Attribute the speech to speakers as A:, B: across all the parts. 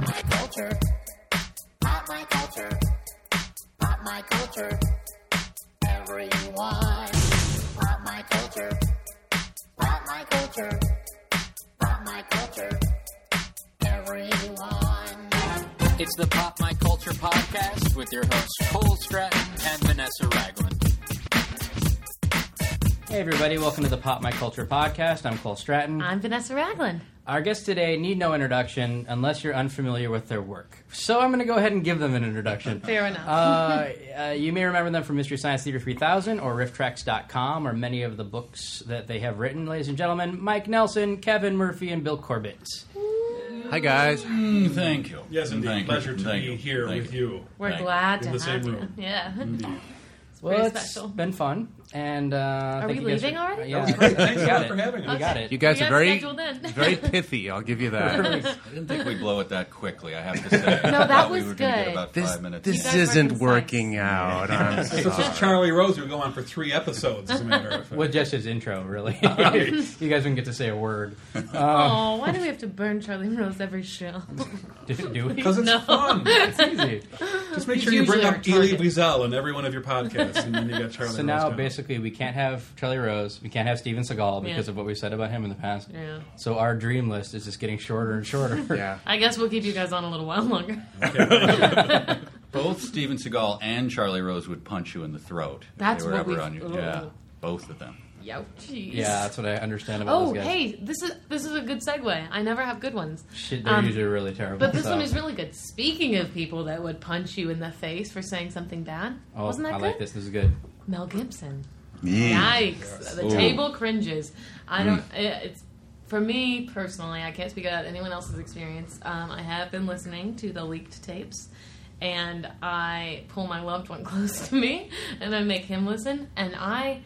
A: culture. Pop my culture. Pop my culture. Everyone. Pop my culture. Pop my culture. Pop my culture. Everyone.
B: It's the Pop My Culture podcast with your hosts Cole Stratton and Vanessa Ragland.
C: Hey, everybody, welcome to the Pop My Culture podcast. I'm Cole Stratton.
D: I'm Vanessa Ragland.
C: Our guests today need no introduction unless you're unfamiliar with their work. So I'm going to go ahead and give them an introduction.
D: Fair enough.
C: Uh, uh, you may remember them from Mystery Science Theater 3000 or rifftrax.com or many of the books that they have written. Ladies and gentlemen, Mike Nelson, Kevin Murphy, and Bill Corbett.
E: Hi guys.
F: Thank you.
G: Yes, indeed.
F: Thank you.
G: Pleasure to
F: Thank
G: be
F: you.
G: here
F: Thank
G: with you.
D: We're
F: Thank
D: glad
G: you.
D: to
G: In the
D: have
G: same
D: you.
G: room.
D: Yeah. it's
C: Well,
D: pretty
C: it's
D: special.
C: been fun. And uh, are
D: we leaving already?
C: Yeah,
G: Thanks
C: we
G: a
C: got
G: lot
C: it.
G: for having
C: We
G: us.
C: got it.
E: You guys
D: We
E: are
D: got
E: very
D: scheduled in.
E: very pithy. I'll give you that.
F: I didn't think we blow it that quickly. I have to say. no,
D: that was
F: we were gonna Get
D: good.
F: about
E: this
F: five minutes.
E: this
D: guys
E: isn't
D: were concise.
E: working out. I'm
G: This is just
E: sorry.
G: Charlie Rose. We'll go on for three episodes, as a matter of fact.
C: Well, just his intro, really. you guys didn't get to say a word. uh,
D: oh, why do we have to burn Charlie Rose every show?
C: Did do we?
G: Because it's fun.
C: It's easy.
G: Just make
D: He's
G: sure you bring
D: usually our
G: up Elie
D: target.
G: Wiesel in every one of your podcasts, and then you got Charlie
C: So
G: Rose
C: now,
G: down.
C: basically, we can't have Charlie Rose. We can't have Steven Seagal because
D: Yeah.
C: of what we said about him in the past.
D: Yeah.
C: So our dream list is just getting shorter and shorter.
E: Yeah.
D: I guess we'll keep you guys on a little while longer.
F: Both Steven Seagal and Charlie Rose would punch you in the throat. if
D: That's
F: they were
D: what
F: ever
D: we-
F: on you.
D: Ooh.
F: Yeah, both of them.
D: Youchies.
C: Yeah, that's what I understand about
D: Oh,
C: those guys.
D: hey, this is this is a good segue. I never have good ones.
C: Shit, they're
D: Um,
C: usually really terrible.
D: But this
C: so-
D: one is really good. Speaking of people that would punch you in the face for saying something bad,
C: Oh,
D: wasn't that
C: I
D: good?
C: like this. This is good.
D: Mel Gibson.
E: Mm.
F: Yeah.
D: Yikes! The table cringes. I don't. It, it's for me personally. I can't speak about anyone else's experience. Um, I have been listening to the leaked tapes, and I pull my loved one close to me, and I make him listen, and I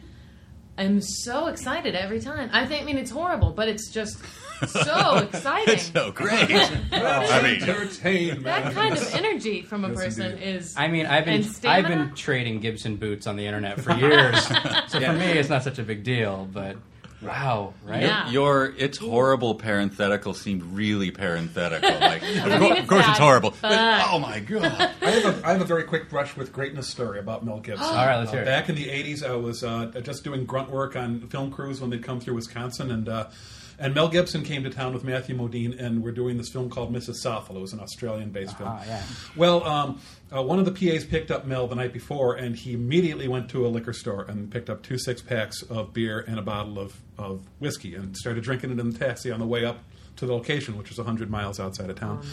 D: am so excited every time. I think. I mean, it's horrible, but it's just so exciting.
F: It's so great. I mean,
G: Entertainment.
D: that kind of energy from a person
G: indeed.
D: is.
C: I mean, I've been
D: And
C: I've
D: stamina?
C: been trading Gibson boots on the internet for years, so for me, it's not such a big deal. But wow, right?
D: Yeah.
F: your it's horrible parenthetical seemed really parenthetical. Like,
D: I mean,
E: Of course
D: bad,
E: it's horrible.
D: but-
F: oh my god.
G: I have, a, I have a very quick brush with greatness story about Mel Gibson. Uh,
C: All right, let's hear it.
G: Back in the '80s, I was uh, just doing grunt work on film crews when they'd come through Wisconsin, and uh, and Mel Gibson came to town with Matthew Modine, and we're doing this film called Mrs. Southall. It was an Australian-based
C: Ah,
G: film.
C: yeah.
G: Well, um, uh, one of the PAs picked up Mel the night before, and he immediately went to a liquor store and picked up two six packs of beer and a bottle of, of whiskey and started drinking it in the taxi on the way up to the location, which was 100 miles outside of town.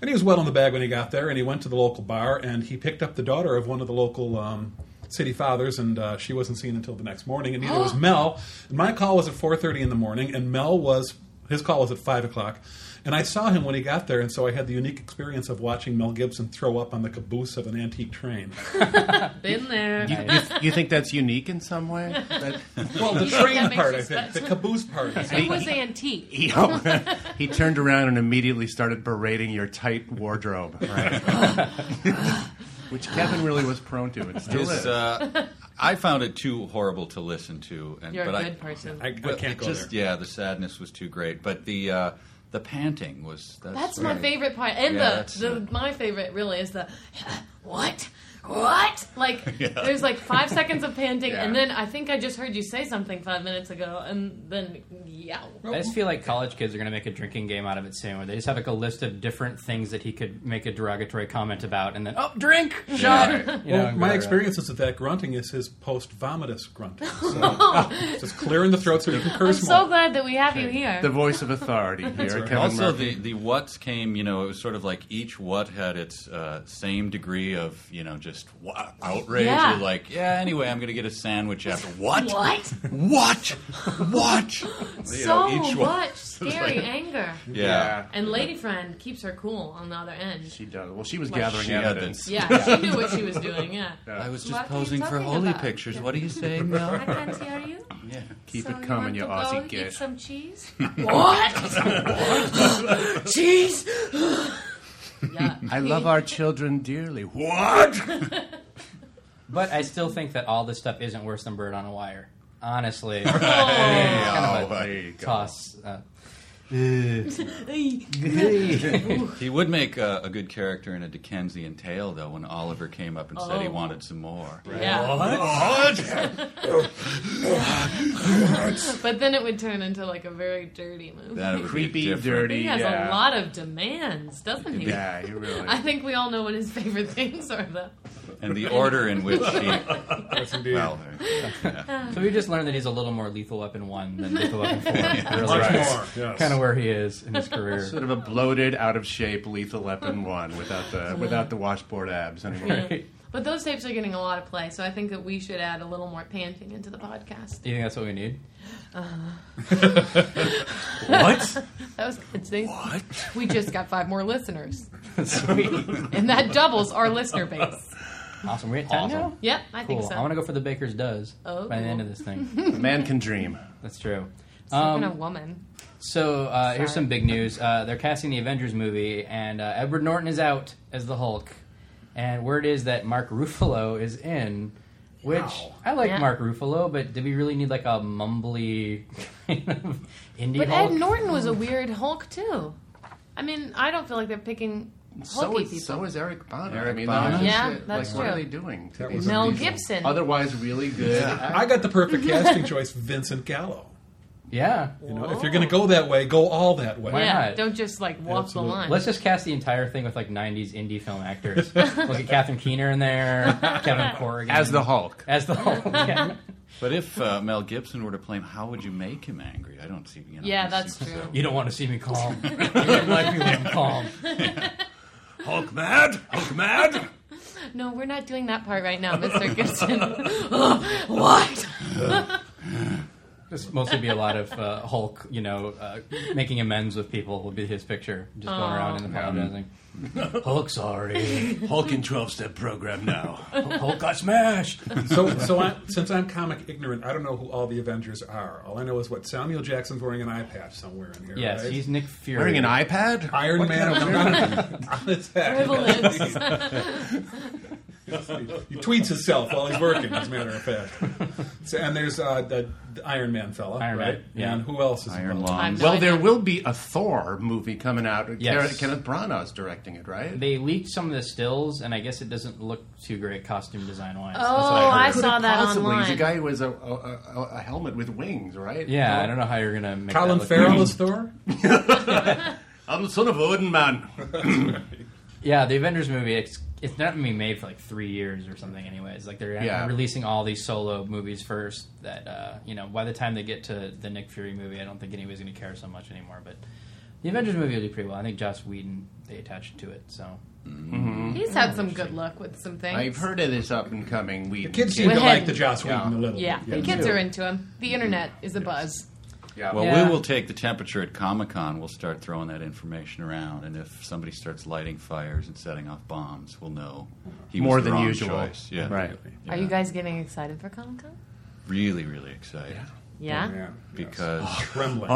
G: And he was well in the bag when he got there, and he went to the local bar and he picked up the daughter of one of the local. Um, City fathers, and uh, she wasn't seen until the next morning, and neither was Mel. My call was at four thirty in the morning, and Mel was his call was at five o'clock, and I saw him when he got there, and so I had the unique experience of watching Mel Gibson throw up on the caboose of an antique train.
D: been there.
E: You, you, you think that's unique in some way? That-
G: Well, the
D: think
G: train
D: that makes
G: part,
D: you
G: I think, the
D: special?
G: caboose part. is-
D: it was antique.
E: you know, he turned around and immediately started berating your tight wardrobe, right? which Kevin really was prone to. It still
F: It's,
E: is.
F: uh, I found it too horrible to listen to. And,
D: You're
F: but
D: a
F: I-
D: good person.
G: I, I
F: Well,
G: can't
F: it
G: go
F: just,
G: there.
F: Yeah, the sadness was too great, but the uh, the panting was. That's,
D: That's
F: really-
D: my favorite part, and
F: Yeah, that's-
D: the, the my favorite really is the what. What? Like, there's like five seconds of panting, and
E: Yeah.
D: then I think I just heard you say something five minutes ago, and then yow.
C: I just feel like college kids are going to make a drinking game out of it soon, where they just have like a list of different things that he could make a derogatory comment about, and then oh, drink, shot. You know,
G: Well,
C: and go
G: my
C: around.
G: experience is that that grunting is his post-vomitus grunting. So just clearing the throat so you can
D: I'm
G: curse
D: so
G: more.
D: glad that we have you here.
E: the voice of authority here, Kevin
F: Also,
E: Murphy.
F: the, the what's came, you know, it was sort of like each what had its uh, same degree of, you know, just wa- outrage.
D: Yeah.
F: You're like, yeah, anyway, I'm going to get a sandwich after what?
D: what?
F: What? what? You
D: so
F: know, each one-
D: much scary anger.
F: Yeah.
E: yeah.
D: And lady friend keeps her cool on the other end.
E: She does. Well, she was
D: Like-
E: gathering
F: She had
E: evidence.
F: this-
D: Yeah, she knew what she was doing. Yeah.
F: I was just
D: What are you
F: posing for
D: talking
F: holy
D: about?
F: pictures. What are you saying, Mel?
D: I can't hear you.
F: yeah.
E: Keep
D: so
E: it coming, you,
D: you, want to
E: Aussie
D: go
E: kid.
D: Oh, Eat some cheese. what? cheese. yeah.
E: I love our children dearly. What?
C: But I still think that all this stuff isn't worse than Bird on a Wire. Honestly,
D: Oh.
C: kind of a
E: there you go.
C: toss. Uh,
F: He would make uh, a good character in a Dickensian tale, though, when Oliver came up and said he
D: Oh.
F: wanted some more.
D: yeah. But then it would turn into like a very dirty movie.
F: That would be
E: Creepy,
F: different.
E: dirty.
D: he has
E: yeah.
D: a lot of demands, doesn't he?
E: Yeah, he really.
D: I think we all know what his favorite things are, though.
F: And the order in which he.
G: Yes, indeed.
F: Well,
C: So we just learned that he's a little more lethal weapon one than lethal weapon four. Really,
G: Much
E: Right.
G: more. Yes.
C: kind of where he is in his career.
E: Sort of a bloated, out of shape, lethal weapon one without the without the washboard abs anymore.
D: Yeah. But those tapes are getting a lot of play, so I think that we should add a little more panting into the podcast.
C: Do you think that's what we need?
E: What?
D: That was good. See?
F: What?
D: We just got five more listeners,
C: Sweet.
D: and that doubles our listener base.
C: awesome. We're at 10
F: Awesome.
C: now?
D: Yep, I
C: Cool.
D: think so.
C: I want to go for the Baker's Does
D: Oh,
C: by the end
D: cool.
C: of this thing.
E: A man can dream.
C: that's true. Um,
D: Sleeping a woman.
C: So uh, here's
D: Sorry.
C: some big news. Uh, they're casting the Avengers movie, and uh, Edward Norton is out as the Hulk. And word is that Mark Ruffalo is in, which I like
D: Yeah.
C: Mark Ruffalo, but do we really need like a mumbly kind of indie
D: But
C: Hulk?
D: Ed Norton was a weird Hulk too. I mean, I don't feel like they're picking
E: So
D: Hulky people.
E: is, so is Eric Bana. I
F: Eric
E: mean,
F: Bana.
E: they're just,
D: Yeah,
E: like,
D: that's
E: What are
D: true.
E: they doing? To
G: That
E: these
G: was
D: Mel
E: amazing-
D: Gibson.
E: Otherwise, really good.
G: I got the perfect casting choice, Vincent Gallo.
C: yeah.
G: You know, if you're going to go that way, go all that way.
C: Why
D: yeah,
C: not?
D: don't just like walk
G: Absolutely.
D: the line.
C: Let's just cast the entire thing with like '90s indie film actors. Look at Catherine Keener in there, Kevin Corrigan
E: As the Hulk.
C: as the Hulk. yeah.
F: but if uh, Mel Gibson were to play him, how would you make him angry? I don't see. You know,
D: Yeah,
F: he's
D: that's
F: super-
D: true.
C: You don't want to see me calm. You don't like me when I'm calm.
E: Hulk mad? Hulk mad?
D: No, we're not doing that part right now, Mr. Gibson. what?
C: This mostly be a lot of uh, Hulk, you know, uh, making amends with people would be his picture, just going around and apologizing.
G: Mm-hmm.
C: Hulk, sorry.
E: Hulk in 12 step program now.
C: Hulk got smashed.
G: So, so I, since I'm comic ignorant, I don't know who all the Avengers are. All I know is what Samuel Jackson's wearing an eye patch somewhere in here.
C: Yes,
G: right?
C: he's Nick Fury.
E: Wearing an iPad?
G: Iron Man on, on his head.
D: Privilege.
G: He tweets himself while he's working, as a matter of fact. So, and there's uh, the, the Iron Man fella,
C: Iron Man,
G: right?
C: yeah.
G: And who else is
F: Iron
G: involved?
D: I'm
F: Lungs.
D: not-
E: Well, there will be a Thor movie coming out.
C: Yes.
E: Kenneth- Kenneth Branagh's directing it, right?
C: They leaked some of the stills, and I guess it doesn't look too great costume design wise.
D: Oh, I
E: Could
D: saw
E: it
D: that
E: possibly? He's a
D: online.
E: guy who has a, a, a, a helmet with wings, right?
C: Yeah, I don't know how you're gonna make that
G: Colin
C: look
G: Farrell
C: good.
G: is Thor?
E: I'm the son of Odin Man.
C: Yeah, the Avengers movie. It's it's not gonna be made for like three years or something. Anyways, like they're
E: Yeah.
C: releasing all these solo movies first. That uh, you know, by the time they get to the Nick Fury movie, I don't think anybody's gonna care so much anymore. But the Avengers movie will do pretty well. I think Joss Whedon they attached to it. So
D: He's had some good luck with some things.
E: I've heard of this up and coming. We
G: The kids seem to
D: We're
G: like
D: heading-
G: the Joss Whedon a
E: Yeah.
G: little
D: Yeah,
G: bit.
D: the kids are into him. The internet is a buzz.
E: Yeah.
F: Well,
C: Yeah.
F: we will take the temperature at Comic Con. We'll start throwing that information around, and if somebody starts lighting fires and setting off bombs, we'll know he
E: More
F: was the
E: than
F: wrong
E: usual.
F: Choice. Yeah,
E: Right.
F: Yeah.
D: Are you guys getting excited for Comic Con?
F: really, really excited?
E: Oh,
D: Yeah.
G: Yeah.
F: Because
G: Trembling.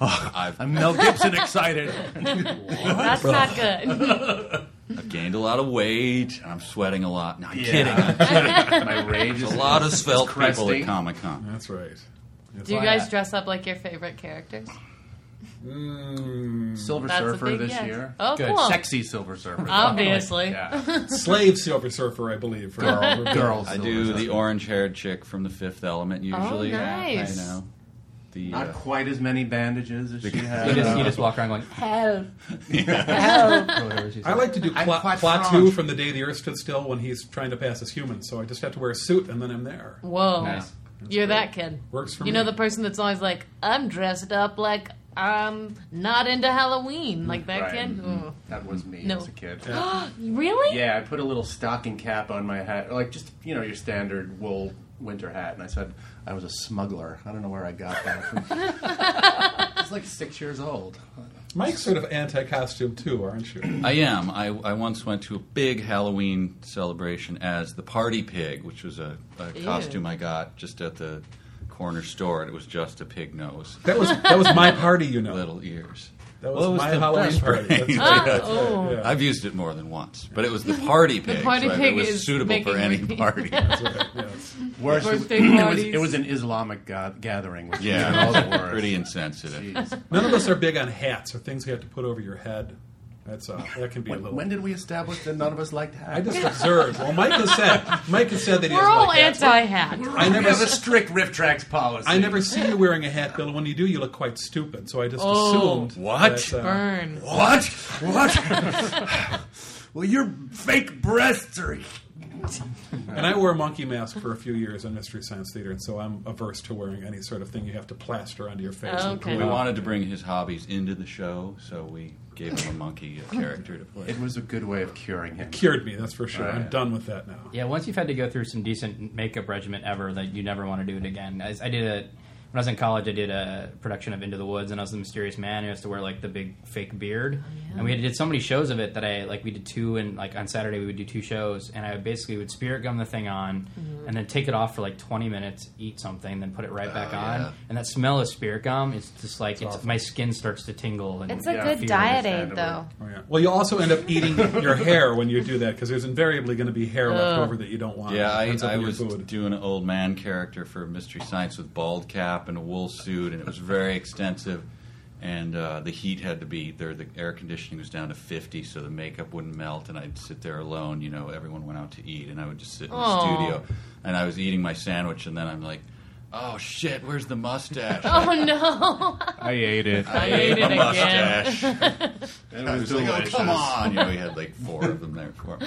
F: I've,
E: I'm Mel Gibson excited.
D: That's not good.
F: I've gained a lot of weight. and I'm sweating a lot. No, I'm
E: Yeah.
F: kidding. I'm kidding.
E: My rage is
F: A lot of svelte people
E: cresting.
F: at Comic Con.
G: That's right. That's
D: Do you
G: why-
D: guys dress up like your favorite characters?
G: Mm,
E: Silver
D: That's a
E: Surfer
D: big
E: this
D: yes.
E: year.
D: Oh,
C: Good.
D: cool.
E: Sexy Silver Surfer.
D: Obviously.
E: Yeah.
G: slave Silver Surfer, I believe. For
E: Girl, girl
F: I
E: Silver
F: do
E: Surfer.
F: the orange-haired chick from The Fifth Element usually.
D: Oh, nice.
F: I know. The
E: Not
F: uh,
E: quite as many bandages as she had. uh,
C: you just you just walk around going help, help. or whatever she
G: I
C: says.
G: like to do
E: I'm
G: plot,
E: quite
G: plot
E: strong.
G: two from the day the Earth stood still when he's trying to pass as human. So I just have to wear a suit and then I'm there.
D: Whoa.
C: Nice.
D: You're that kid.
G: Works for
D: you
G: me.
D: know the person that's always like, I'm dressed up like I'm not into Halloween, like that
E: Right.
D: kid. Ooh.
E: That was me
D: No.
E: as a kid.
D: Really?
E: Yeah, I put a little stocking cap on my hat, like just you know your standard wool winter hat, and I said I was a smuggler. I don't know where I got that from. I was like six years old.
G: Mike's sort of anti-costume too, aren't you?
F: I am. I, I once went to a big Halloween celebration as the Party Pig, which was a, a
D: Ew.
F: costume I got just at the corner store, and it was just a pig nose,
G: That was that was my party, you know.
F: little ears.
G: That was,
F: Well, it was
G: my
F: the
G: Halloween
F: best
G: party.
F: brain.
G: That's right,
D: Ah,
G: that's right,
D: oh.
G: yeah.
F: I've used it more than once, but it was the party pig.
D: party
F: so
D: pig
F: it was
D: is
F: suitable for
D: making
F: any
D: me-
F: party.
G: That's right, yes.
E: Worse,
D: Or
E: it,
D: big
E: it was,
D: parties.
E: it was an Islamic ga- gathering. Which
F: Yeah,
E: was all the worst.
F: pretty insensitive.
E: Jeez.
G: None of us are big on hats or things you have to put over your head. That's uh, that can be a
E: When,
G: little.
E: when did we establish that none of us liked hats?
G: I just observed. Well, Mike has said Mike has said that he
D: We're
G: doesn't
D: all
G: like hats.
D: anti-hat.
G: I
E: We have
G: never
E: a strict riff tracks policy.
G: I never see you wearing a hat, Bill. When you do, you look quite stupid. So I just
D: Oh.
G: assumed.
F: What?
G: that, uh,
D: Burn.
E: What? What? well, your fake breasts are.
G: and I wore a monkey mask for a few years in Mystery Science Theater, and so I'm averse to wearing any sort of thing you have to plaster onto your face. and
D: Okay.
F: We
G: glue.
F: wanted to bring his hobbies into the show, so we gave him a monkey a character to play.
E: It was a good way of curing him.
G: Cured me, that's for sure.
E: Right.
G: I'm done with that now.
C: Yeah, once you've had to go through some decent makeup regimen ever, that you never want to do it again. I, I did a when I was in college, I did a production of Into the Woods, and I was the mysterious man who has to wear like the big fake beard.
H: Oh,
C: And we did so many shows of it that I like we did two, and like on Saturday we would do two shows, and I basically would spirit gum the thing on,
H: Mm-hmm.
C: and then take it off for like twenty minutes, eat something, then put it right back on,
F: yeah.
C: and that smell of spirit gum is just like it's, my skin starts to tingle. And
H: It's a
E: Yeah,
H: good
C: fear,
H: diet aid,
E: understandably.
H: though.
G: Oh, yeah. Well, you also end up eating your hair when you do that because there's invariably going to be hair left over that you don't want.
F: Yeah,
G: It
F: I,
G: ends up
F: I
G: in your
F: was
G: food.
F: doing an old man character for Mystery Science with bald cap and a wool suit, and it was very extensive. And uh, the heat had to be there. The air conditioning was down to fifty, so the makeup wouldn't melt. And I'd sit there alone. You know, everyone went out to eat, and I would just sit in the
D: Aw.
F: studio. And I was eating my sandwich, and then I'm like, "Oh shit, where's the mustache?"
D: Oh no!
E: I ate it.
F: I
D: ate it
F: my
D: again.
F: mustache.
E: It
F: I was
E: was
F: like, oh,
E: delicious.
F: come on. You know, we had like four of them there for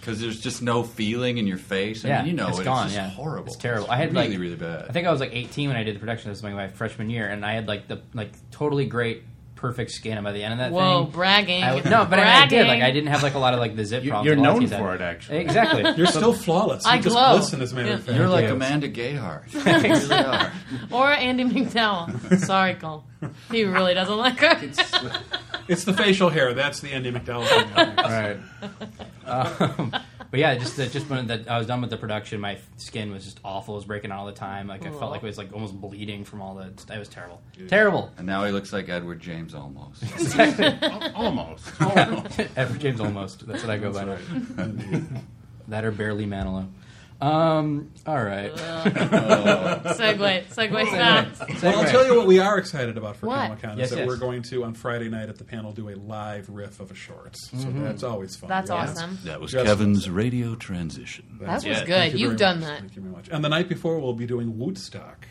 F: Because there's just no feeling in your face. I
C: yeah,
F: mean, you know,
C: it's
F: it.
C: gone.
F: it's just
C: yeah.
F: horrible.
C: It's terrible. I had
F: really,
C: like
F: really bad.
C: I think I was like 18 when I did the production. This was my freshman year, and I had like the like totally great, perfect skin. And by the end of that
D: Whoa,
C: thing,
D: bragging.
C: I, no, but I, mean, I
D: bragging.
C: did. Like I didn't have like a lot of like the zip
E: You-
C: problems.
E: you're
C: that a lot of
E: known
C: kids had.
E: for it, actually.
C: Exactly.
G: You're still flawless. You
D: I
G: just
D: glow.
G: listen, as a matter of
D: Yeah.
G: fact.
F: You're like
C: Yes.
F: Amanda Gayhart. You really are.
D: Or Andy McDowell. Sorry, Cole. He really doesn't like her.
G: It's the facial hair. That's the Andy McDowell thing.
E: Right.
C: But yeah, just that just when that I was done with the production, my skin was just awful. It was breaking out all the time. Like I
D: Aw.
C: felt like it was like almost bleeding from all the. It was terrible. Terrible.
F: And now he looks like Edward James almost.
E: Al- Almost.
C: Ever James almost. That's what I go by. That or barely Manilow. Um. All right.
D: Segway. Segway stops.
G: well, I'll tell you what we are excited about for
H: What?
G: Comic Con
C: Yes,
G: is that
C: yes.
G: we're going to on Friday night at the panel do a live riff of a short. So that's always fun.
H: That's
G: Yeah.
H: awesome.
F: That was
G: Just-
F: Kevin's radio transition.
H: That was
G: Yeah,
D: good.
G: thank you
D: You've
G: very
D: done
G: much.
D: that.
G: Thank you very much. And the night before we'll be doing Woodstock.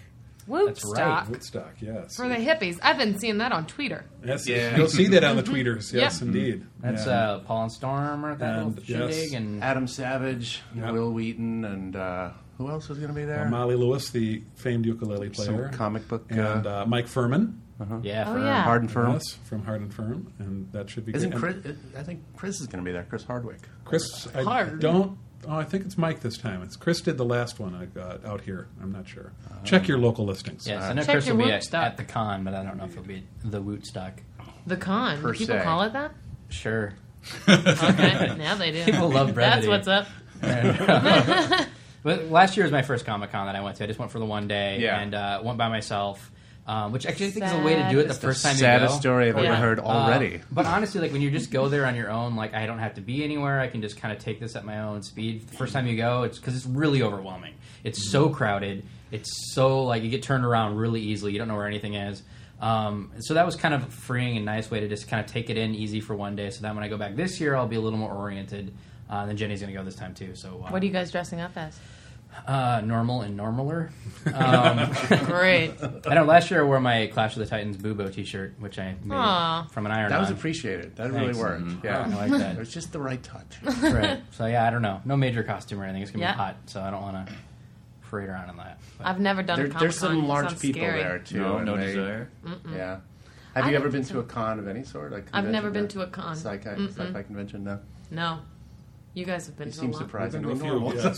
C: That's right.
H: Woodstock
G: Woodstock, yes.
H: for the hippies. I've been seeing that on Twitter.
G: yes,
E: Yeah.
G: You'll see that on the tweeters.
D: Yep.
G: Yes, indeed.
C: That's
G: Yeah.
C: uh, Paul and Storm or that
G: And-
C: little shindig
G: yes.
C: and
E: Adam Savage,
G: Yeah.
E: Will Wheaton, and uh, who else is going to be there?
G: Uh, Molly Lewis, the famed ukulele player,
E: Some comic book. Uh,
G: and uh, Mike Furman,
C: yeah,
H: Oh,
C: for
H: yeah.
E: Hard and firm.
G: yes, from Hard and Firm, and that should be
E: Isn't
G: great.
E: Chris?
G: And
E: I think Chris is going to be there. Chris Hardwick.
G: Chris, I
D: Hard.
G: don't. Oh, I think it's Mike this time. It's Chris did the last one I got out here. I'm not sure.
E: Uh,
G: Check your local listings.
C: Yes, I know
D: Check
C: Chris
D: your
C: will be
D: Woot
C: at,
D: stock.
C: at the con, but I don't know if he'll be at the Wootstock.
D: The con.
E: Per
D: Do people
E: se.
D: call it that?
C: Sure.
D: Okay. now they do.
C: People love brevity.
D: That's what's up.
C: But last year was my first Comic Con that I went to. I just went for the one day
E: Yeah.
C: and uh, went by myself, um, which actually I think is a way to do it the
D: Saddest-
C: first time
E: Saddest
C: you go.
E: story I've
D: Yeah.
E: ever heard
C: Uh,
E: already.
C: but honestly, like when you just go there on your own, like I don't have to be anywhere. I can just kind of take this at my own speed. The first time you go, it's because it's really overwhelming. It's
E: Mm-hmm.
C: so crowded. It's so like you get turned around really easily. You don't know where anything is. Um, so that was kind of freeing and nice way to just kind of take it in easy for one day. So that when I go back this year, I'll be a little more oriented. Uh, and then Jenny's going to go this time too. So uh,
D: What are you guys dressing up as?
C: uh, normal and normaler. Um,
D: Great.
C: I know last year I wore my Clash of the Titans Bubo T-shirt, which I made
D: Aw.
C: from an iron.
E: that was
C: on.
E: appreciated. That
C: Thanks. Mm-hmm. Uh-huh.
E: really worked. Yeah,
C: I like that.
E: it was just the right touch.
C: right. So yeah, I don't know. No major costume or anything. It's gonna
D: Yeah.
C: be hot, so I don't want to parade around in that. But
D: I've never done
E: There,
D: a Comic-Con.
E: there's some large
D: Sounds
E: people
D: scary.
E: there too.
F: No,
E: and
F: no
E: they-
F: desire.
E: Yeah. Have
D: I
E: you
D: don't
E: ever been
D: think
E: to a con of any sort? Like
D: I've never been to
E: convention
D: a con.
E: or Sci-fi, sci-fi convention. No,
D: No. You guys have been
E: you
D: to
E: seem
D: a lot.
E: surprisingly
G: We've been to a
E: normal.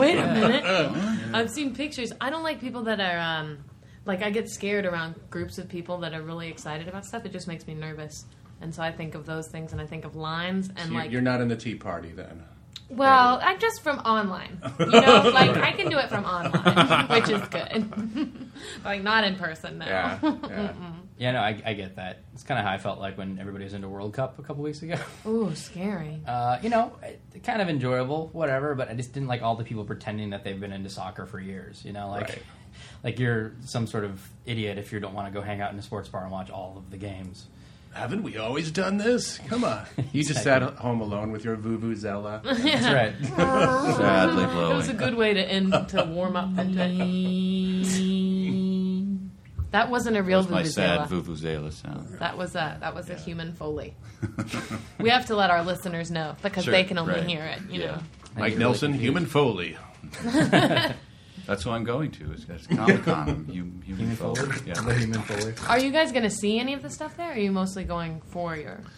D: Wait a minute. I've seen pictures. I don't like people that are um, like I get scared around groups of people that are really excited about stuff. It just makes me nervous. And so I think of those things and I think of lines and
E: You-
D: like
E: You're not in the tea party then.
D: Well, I'm just from online. You know, like I can do it from online, which is good. like not in person though.
E: Yeah, yeah.
C: Yeah, no, I, I get that. It's kind of how I felt like when everybody was into World Cup a couple weeks ago.
D: Ooh, scary.
C: Uh, you know, it- kind of enjoyable, whatever. But I just didn't like all the people pretending that they've been into soccer for years. You know, like
E: Right.
C: like you're some sort of idiot if you don't want to go hang out in a sports bar and watch all of the games.
E: Haven't we always done this? Come on. You just sat at home alone with your vuvuzela.
C: That's right.
F: Sadly
D: It was a
F: blowing.
D: good way to end to warm up the day. That wasn't a real
F: That's my sad
D: vuvuzela.
F: vuvuzela sound.
D: That was a that was a human foley. we have to let our listeners know because
F: Sure,
D: they can only
F: right.
D: hear it. You know.
E: Mike Nelson, Human Foley.
F: That's who I'm going to. Is Comic Con. Human, human forward. Yeah.
C: Human Fuller.
D: Are you guys going to see any of the stuff there? Or are you mostly going for your?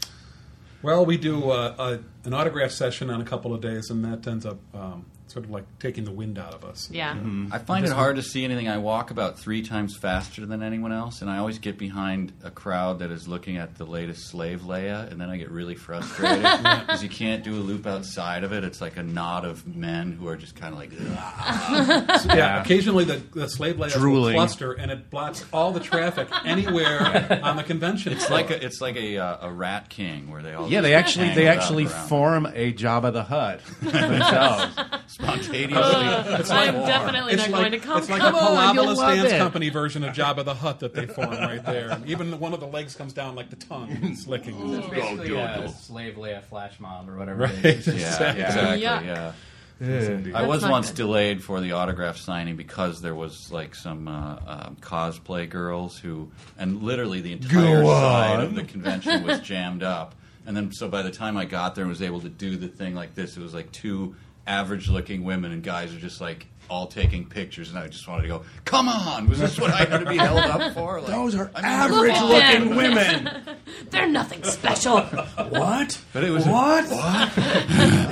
G: Well, we do uh, uh an autograph session on a couple of days, and that ends up um, sort of like taking the wind out of us.
D: Yeah.
E: Mm-hmm.
F: I find it hard to see anything. I walk about three times faster than anyone else, and I always get behind a crowd that is looking at the latest Slave Leia, and then I get really frustrated because you can't do a loop outside of it. It's like a knot of men who are just kind of like, "Ugh."
G: So, yeah, occasionally the, the slave layouts will
E: Drooling.
G: cluster, and it blocks all the traffic anywhere on the convention.
F: it's like a, it's like a, uh, a Rat King where they all
E: Yeah,
F: just
E: they actually
F: hang
E: they
F: out
E: actually
F: around.
E: form a Jabba the Hutt themselves.
F: spontaneously.
D: Uh, I'm definitely
G: It's
D: not
G: like,
D: going to come.
G: it's like
D: Come
G: a
D: on.
E: on, you'll
G: Palabola
E: love
G: Stands
E: it.
G: Company version of Jabba the Hutt that they form right there. And even the, one of the legs comes down like the tongue. and It's licking.
C: Basically, uh, slave Leia flash mob or whatever.
G: Right.
C: It is.
F: Yeah,
G: Exactly.
F: exactly.
D: Yuck.
F: Yeah.
G: Indeed.
F: I was
D: not
F: once
D: good.
F: delayed for the autograph signing because there was like some uh, um, cosplay girls who, and literally the entire
E: Go
F: side of
E: on.
F: the convention was jammed up. And then, so by the time I got there and was able to do the thing like this, it was like two average-looking women and guys are just like all taking pictures, and I just wanted to go, "Come on, was this what I had to be held up for?" Like,
E: Those are
F: I mean,
E: average looking
D: them.
E: women.
D: They're nothing special.
E: What?
F: But it was a-
E: what?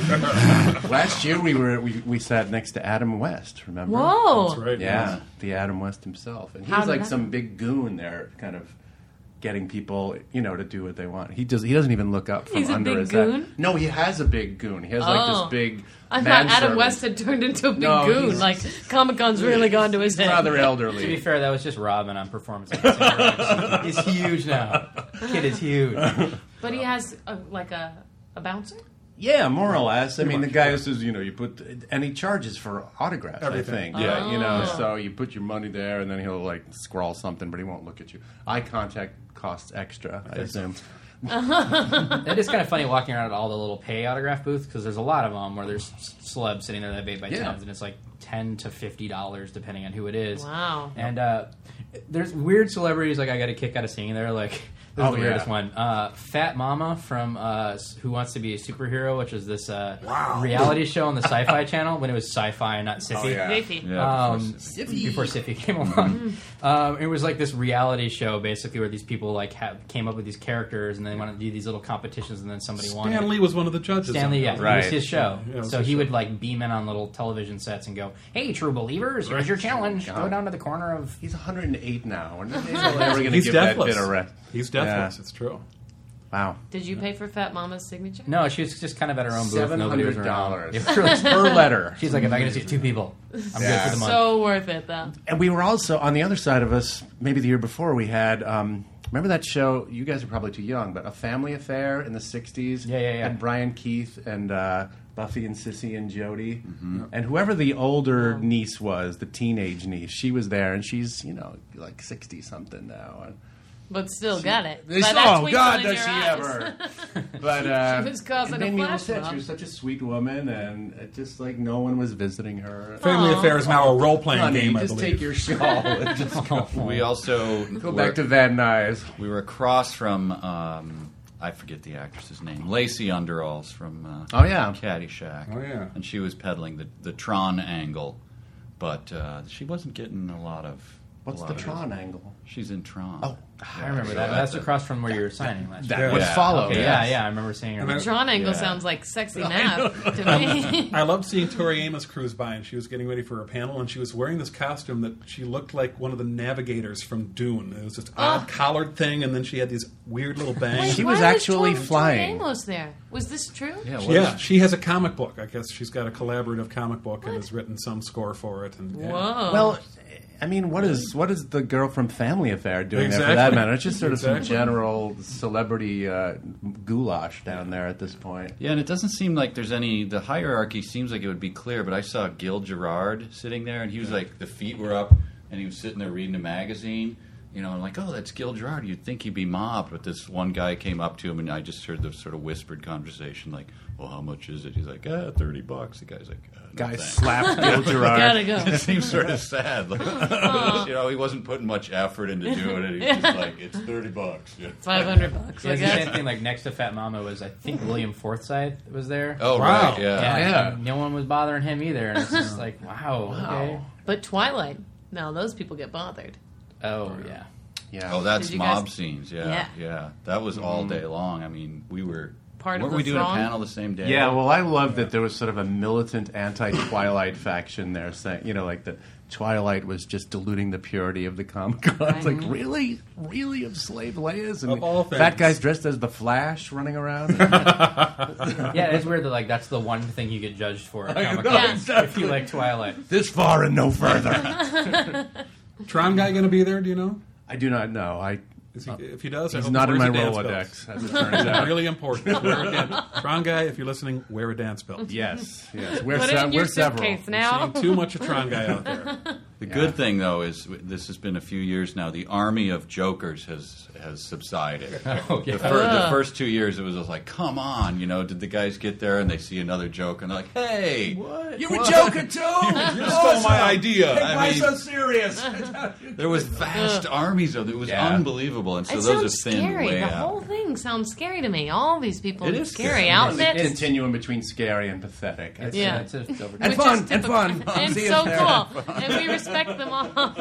E: Last year we were we, we sat next to Adam West. Remember?
D: Whoa.
G: That's right.
E: Yeah, the Adam West himself, and he
D: How
E: was
D: did
E: like
D: that
E: some big goon there, kind of getting people, you know, to do what they want. He does. He doesn't even look up from
D: He's a
E: under
D: big
E: his
D: goon?
E: hat. No, he has a big goon. He has like
D: Oh.
E: this big.
D: I thought
E: man
D: Adam
E: servant.
D: West had turned into a big
E: No,
D: goon.
E: he's-
D: Like Comic Con's really gone to his head.
E: rather
C: To be
E: elderly.
C: fair, that was just Robin on performance. He's huge now. Kid is huge.
D: But he has a, like a a bouncer.
E: Yeah, more or less. I mean, the guy says, you know, you put, and he charges for autographs.
G: Everything.
E: I think. Yeah, you know,
D: Oh.
E: so you put your money there, and then he'll like scrawl something, but he won't look at you. Eye contact costs extra, I assume.
C: That is kind of funny walking around at all the little pay autograph booths because there's a lot of them where there's s- celebs sitting there that have eight by
E: Yeah.
C: tens, and it's like ten to fifty dollars depending on who it is.
D: Wow.
C: And uh, there's weird celebrities like I got a kick out of seeing there. Like there's
E: Oh,
C: the weirdest
E: yeah.
C: one, uh, Fat Mama from uh, s- Who Wants to Be a Superhero, which is this uh, reality show on the Sci-Fi Channel when it was Sci-Fi and not Sci-Fi
E: Oh, yeah.
D: Goofy.
F: Yeah, of
C: um,
F: course.
C: before Siffy Mm-hmm. came along. Um, it was like this reality show, basically, where these people like have, came up with these characters and they wanted to do these little competitions, and then somebody won.
G: Stan Lee was one of the judges.
C: Stanley, yeah, it was
E: Right.
C: his show.
G: Yeah, it was
C: so
G: his
C: he
G: show.
C: would like beam in on little television sets and go, "Hey, true believers, here's your challenge. Go down to the corner of."
E: He's 108 now. We're never going to
G: He's
E: give
G: deathless.
E: that bit a rest.
G: He's deathless.
E: Yeah.
G: It's true.
E: Wow.
D: Did you pay for Fat Mama's signature?
C: No, she was just kind of at her own booth.
E: Seven
C: Nobody was
E: hundred
C: around.
E: dollars
C: It was really-
E: per letter.
C: She's like, "If I can just get two people, I'm
E: Yeah.
C: good for the month."
D: So worth it though.
E: And we were also on the other side of us. Maybe the year before we had. Um, remember that show? You guys are probably too young, but A Family Affair in the '60s.
C: Yeah, yeah, yeah.
E: Had Brian Keith and uh, Buffy and Sissy and Jody,
C: Mm-hmm.
E: and whoever the older niece was, the teenage niece. She was there, and she's you know like sixty something now. And
D: But still got it.
E: They
D: By
E: saw-
D: that
E: oh
D: twinkle
E: God,
D: in
E: does
D: your
E: she
D: eyes.
E: ever? But uh,
D: She was causing
E: it
D: a
E: made me
D: flash
E: upset.
D: mob.
E: She was such a sweet woman, and it just like no one was visiting her.
G: Family Affair is now a role playing
E: Honey,
G: game, I
E: just
G: believe.
E: take your shawl and just go,
F: we also
E: go back to Van Nuys.
F: We were across from um, I forget the actress's name, Lacey Underalls from uh,
E: Oh, yeah.
F: Caddyshack.
G: Oh, yeah.
F: and she was peddling the the Tron angle, but uh, she wasn't getting a lot of
E: What's
F: lot
E: the
F: of it.
E: Tron angle?
F: She's in Tron.
E: Oh.
C: I remember that. That's across from where you were signing last
E: That
C: year.
E: would
F: Yeah.
E: follow.
C: Okay,
E: yes.
C: yeah, yeah. I remember seeing her.
G: And then-
D: Drawn angle
F: Yeah.
D: sounds like sexy math to me.
G: I loved seeing Tori Amos cruise by, and she was getting ready for her panel, and she was wearing this costume that she looked like one of the navigators from Dune. It was this
E: Ah.
G: odd collared thing, and then she had these weird little bangs.
E: She
D: Why
E: was actually
D: Tor- Tor
E: flying.
D: Amos there. Was this true?
F: Yeah, what
G: yeah,
F: is-
G: she has a comic book. I guess she's got a collaborative comic book and
D: What?
G: has written some score for it. And yeah.
D: Whoa.
E: Well, I mean, what is what is the girl from Family Affair doing there for that
G: Exactly.
E: matter? It's just sort of some
G: Exactly.
E: general celebrity uh, goulash down there at this point.
F: Yeah, and it doesn't seem like there's any. The hierarchy seems like it would be clear, but I saw Gil Gerard sitting there, and he was like, the feet were up, and he was sitting there reading a magazine. You know, I'm like, oh, that's Gil Gerard. You'd think he'd be mobbed, but this one guy came up to him, and I just heard the sort of whispered conversation, like, well, how much is it? He's like, ah, 30 bucks. The guy's like, uh, no
E: Guy
F: thanks.
E: slapped Gil Gerard.
D: Gotta go.
F: it seems sort of sad. Like, you know, he wasn't putting much effort into doing it. He was just like, it's 30 bucks. Yeah.
D: Five hundred bucks.
C: Yeah,
D: I
C: it's the same
D: guess.
C: thing. Like next to Fat Mama was I think William Forsythe was there.
F: Oh,
G: Wow.
F: right, yeah.
C: yeah,
E: yeah.
C: and no one was bothering him either. And it's just like wow, okay.
D: But Twilight. Now those people get bothered.
C: Oh yeah.
E: Yeah.
F: Oh, that's
D: Did you
F: mob
D: guys-
F: scenes. Yeah,
D: Yeah.
F: yeah, That was all day long. I mean, we were
D: Part of
F: weren't
D: the
F: we doing
D: throng?
F: a panel the same day?
E: Yeah, well, I love that there was sort of a militant anti-Twilight faction there, saying, you know, like that Twilight was just diluting the purity of the Comic Con. It's like, really, really of slave layers and
G: Of all
E: fat
G: things.
E: guys dressed as the Flash running around.
C: Yeah, it's weird that like that's the one thing you get judged for at Comic
D: know,
C: Con if you like Twilight.
E: this far and no further.
G: Tron guy going to be there? Do you know?
E: I do not know. I
G: Is he, if he does, I
E: he's
G: hope
E: not
G: he
E: in my
G: wears a dance
E: Rolodex, as it turns
G: belt.
E: out.
G: really important. Wear a dan- Tron guy, if you're listening, wear a dance belt.
E: Yes, yes. We're,
H: Put
E: se-
H: it in your
E: we're several.
H: suitcase now.
G: Seeing too much of Tron guy out there.
F: the
E: yeah.
F: good thing though is w- this has been a few years now. The army of jokers has has subsided.
C: Oh yeah.
F: The, fir- the first two years, it was just like, come on, you know. Did the guys get there and they see another joke and they're like, hey,
E: What?
F: you
E: What?
F: were joking too?
G: You stole my idea.
F: I mean,
E: serious?
F: there was vast armies of it. was
C: Yeah.
F: unbelievable, and so
D: it
F: those
D: sounds
F: are thinned
D: scary.
F: way
D: The
F: out.
D: whole thing sounds scary to me. All these people
F: It
D: in
F: is
D: scary
F: scary.
D: outfits.
E: Continuum between scary and pathetic. I
C: It's,
E: think.
D: Yeah.
C: it's a- it's over-
E: And
D: Which
E: fun,
D: is
E: and
D: typical-
E: fun.
D: and
E: See you
D: so
E: there.
D: cool, and we respect them all.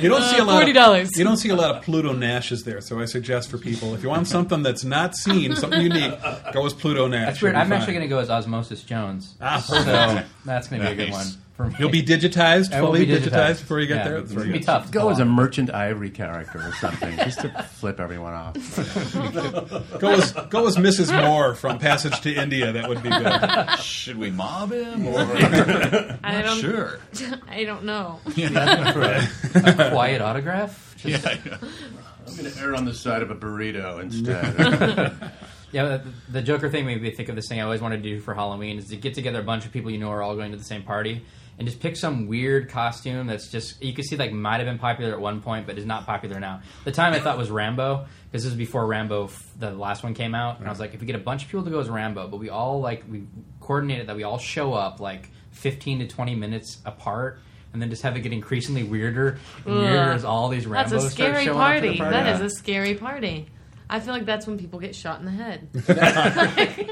G: You don't see a
D: Uh,
G: lot.
D: $40.
G: Of, you don't see a lot of Pluto Nashes there, so I suggest for people if you want something that's not seen, something unique, go as Pluto Nash.
C: That's weird. I'm actually going to go as Osmosis Jones.
G: Ah,
C: so that's going to be a good one
F: Nice.
C: for me.
G: You'll be digitized,
C: I will
G: fully
C: be
G: digitized. before you get
C: Yeah,
G: there.
C: It's
G: That's very
C: going to be
G: good.
C: tough.
E: Go as a merchant ivory character or something, just to flip everyone off.
G: Go as go as Mrs. Moore from Passage to India. That would be good.
F: Should we mob him? Or?
D: I don't.
F: sure.
D: I don't know.
C: a quiet autograph. Just, yeah,
E: I'm going to err on the side of a burrito instead.
C: the, the Joker thing made me think of this thing I always wanted to do for Halloween is to get together a bunch of people you know are all going to the same party and just pick some weird costume that's just you can see like might have been popular at one point but is not popular now. The time I thought was Rambo because this was before Rambo f- the last one came out and I was like if we get a bunch of people to go as Rambo but we all like we coordinated that we all show up like 15 to 20 minutes apart and then just have it get increasingly weirder and weirder
D: Ugh.
C: as all these Rambos
D: That's a
C: start
D: scary
C: showing up to the
D: party.
C: party.
D: That is
F: Yeah.
D: a scary party. I feel like that's when people get shot in the head.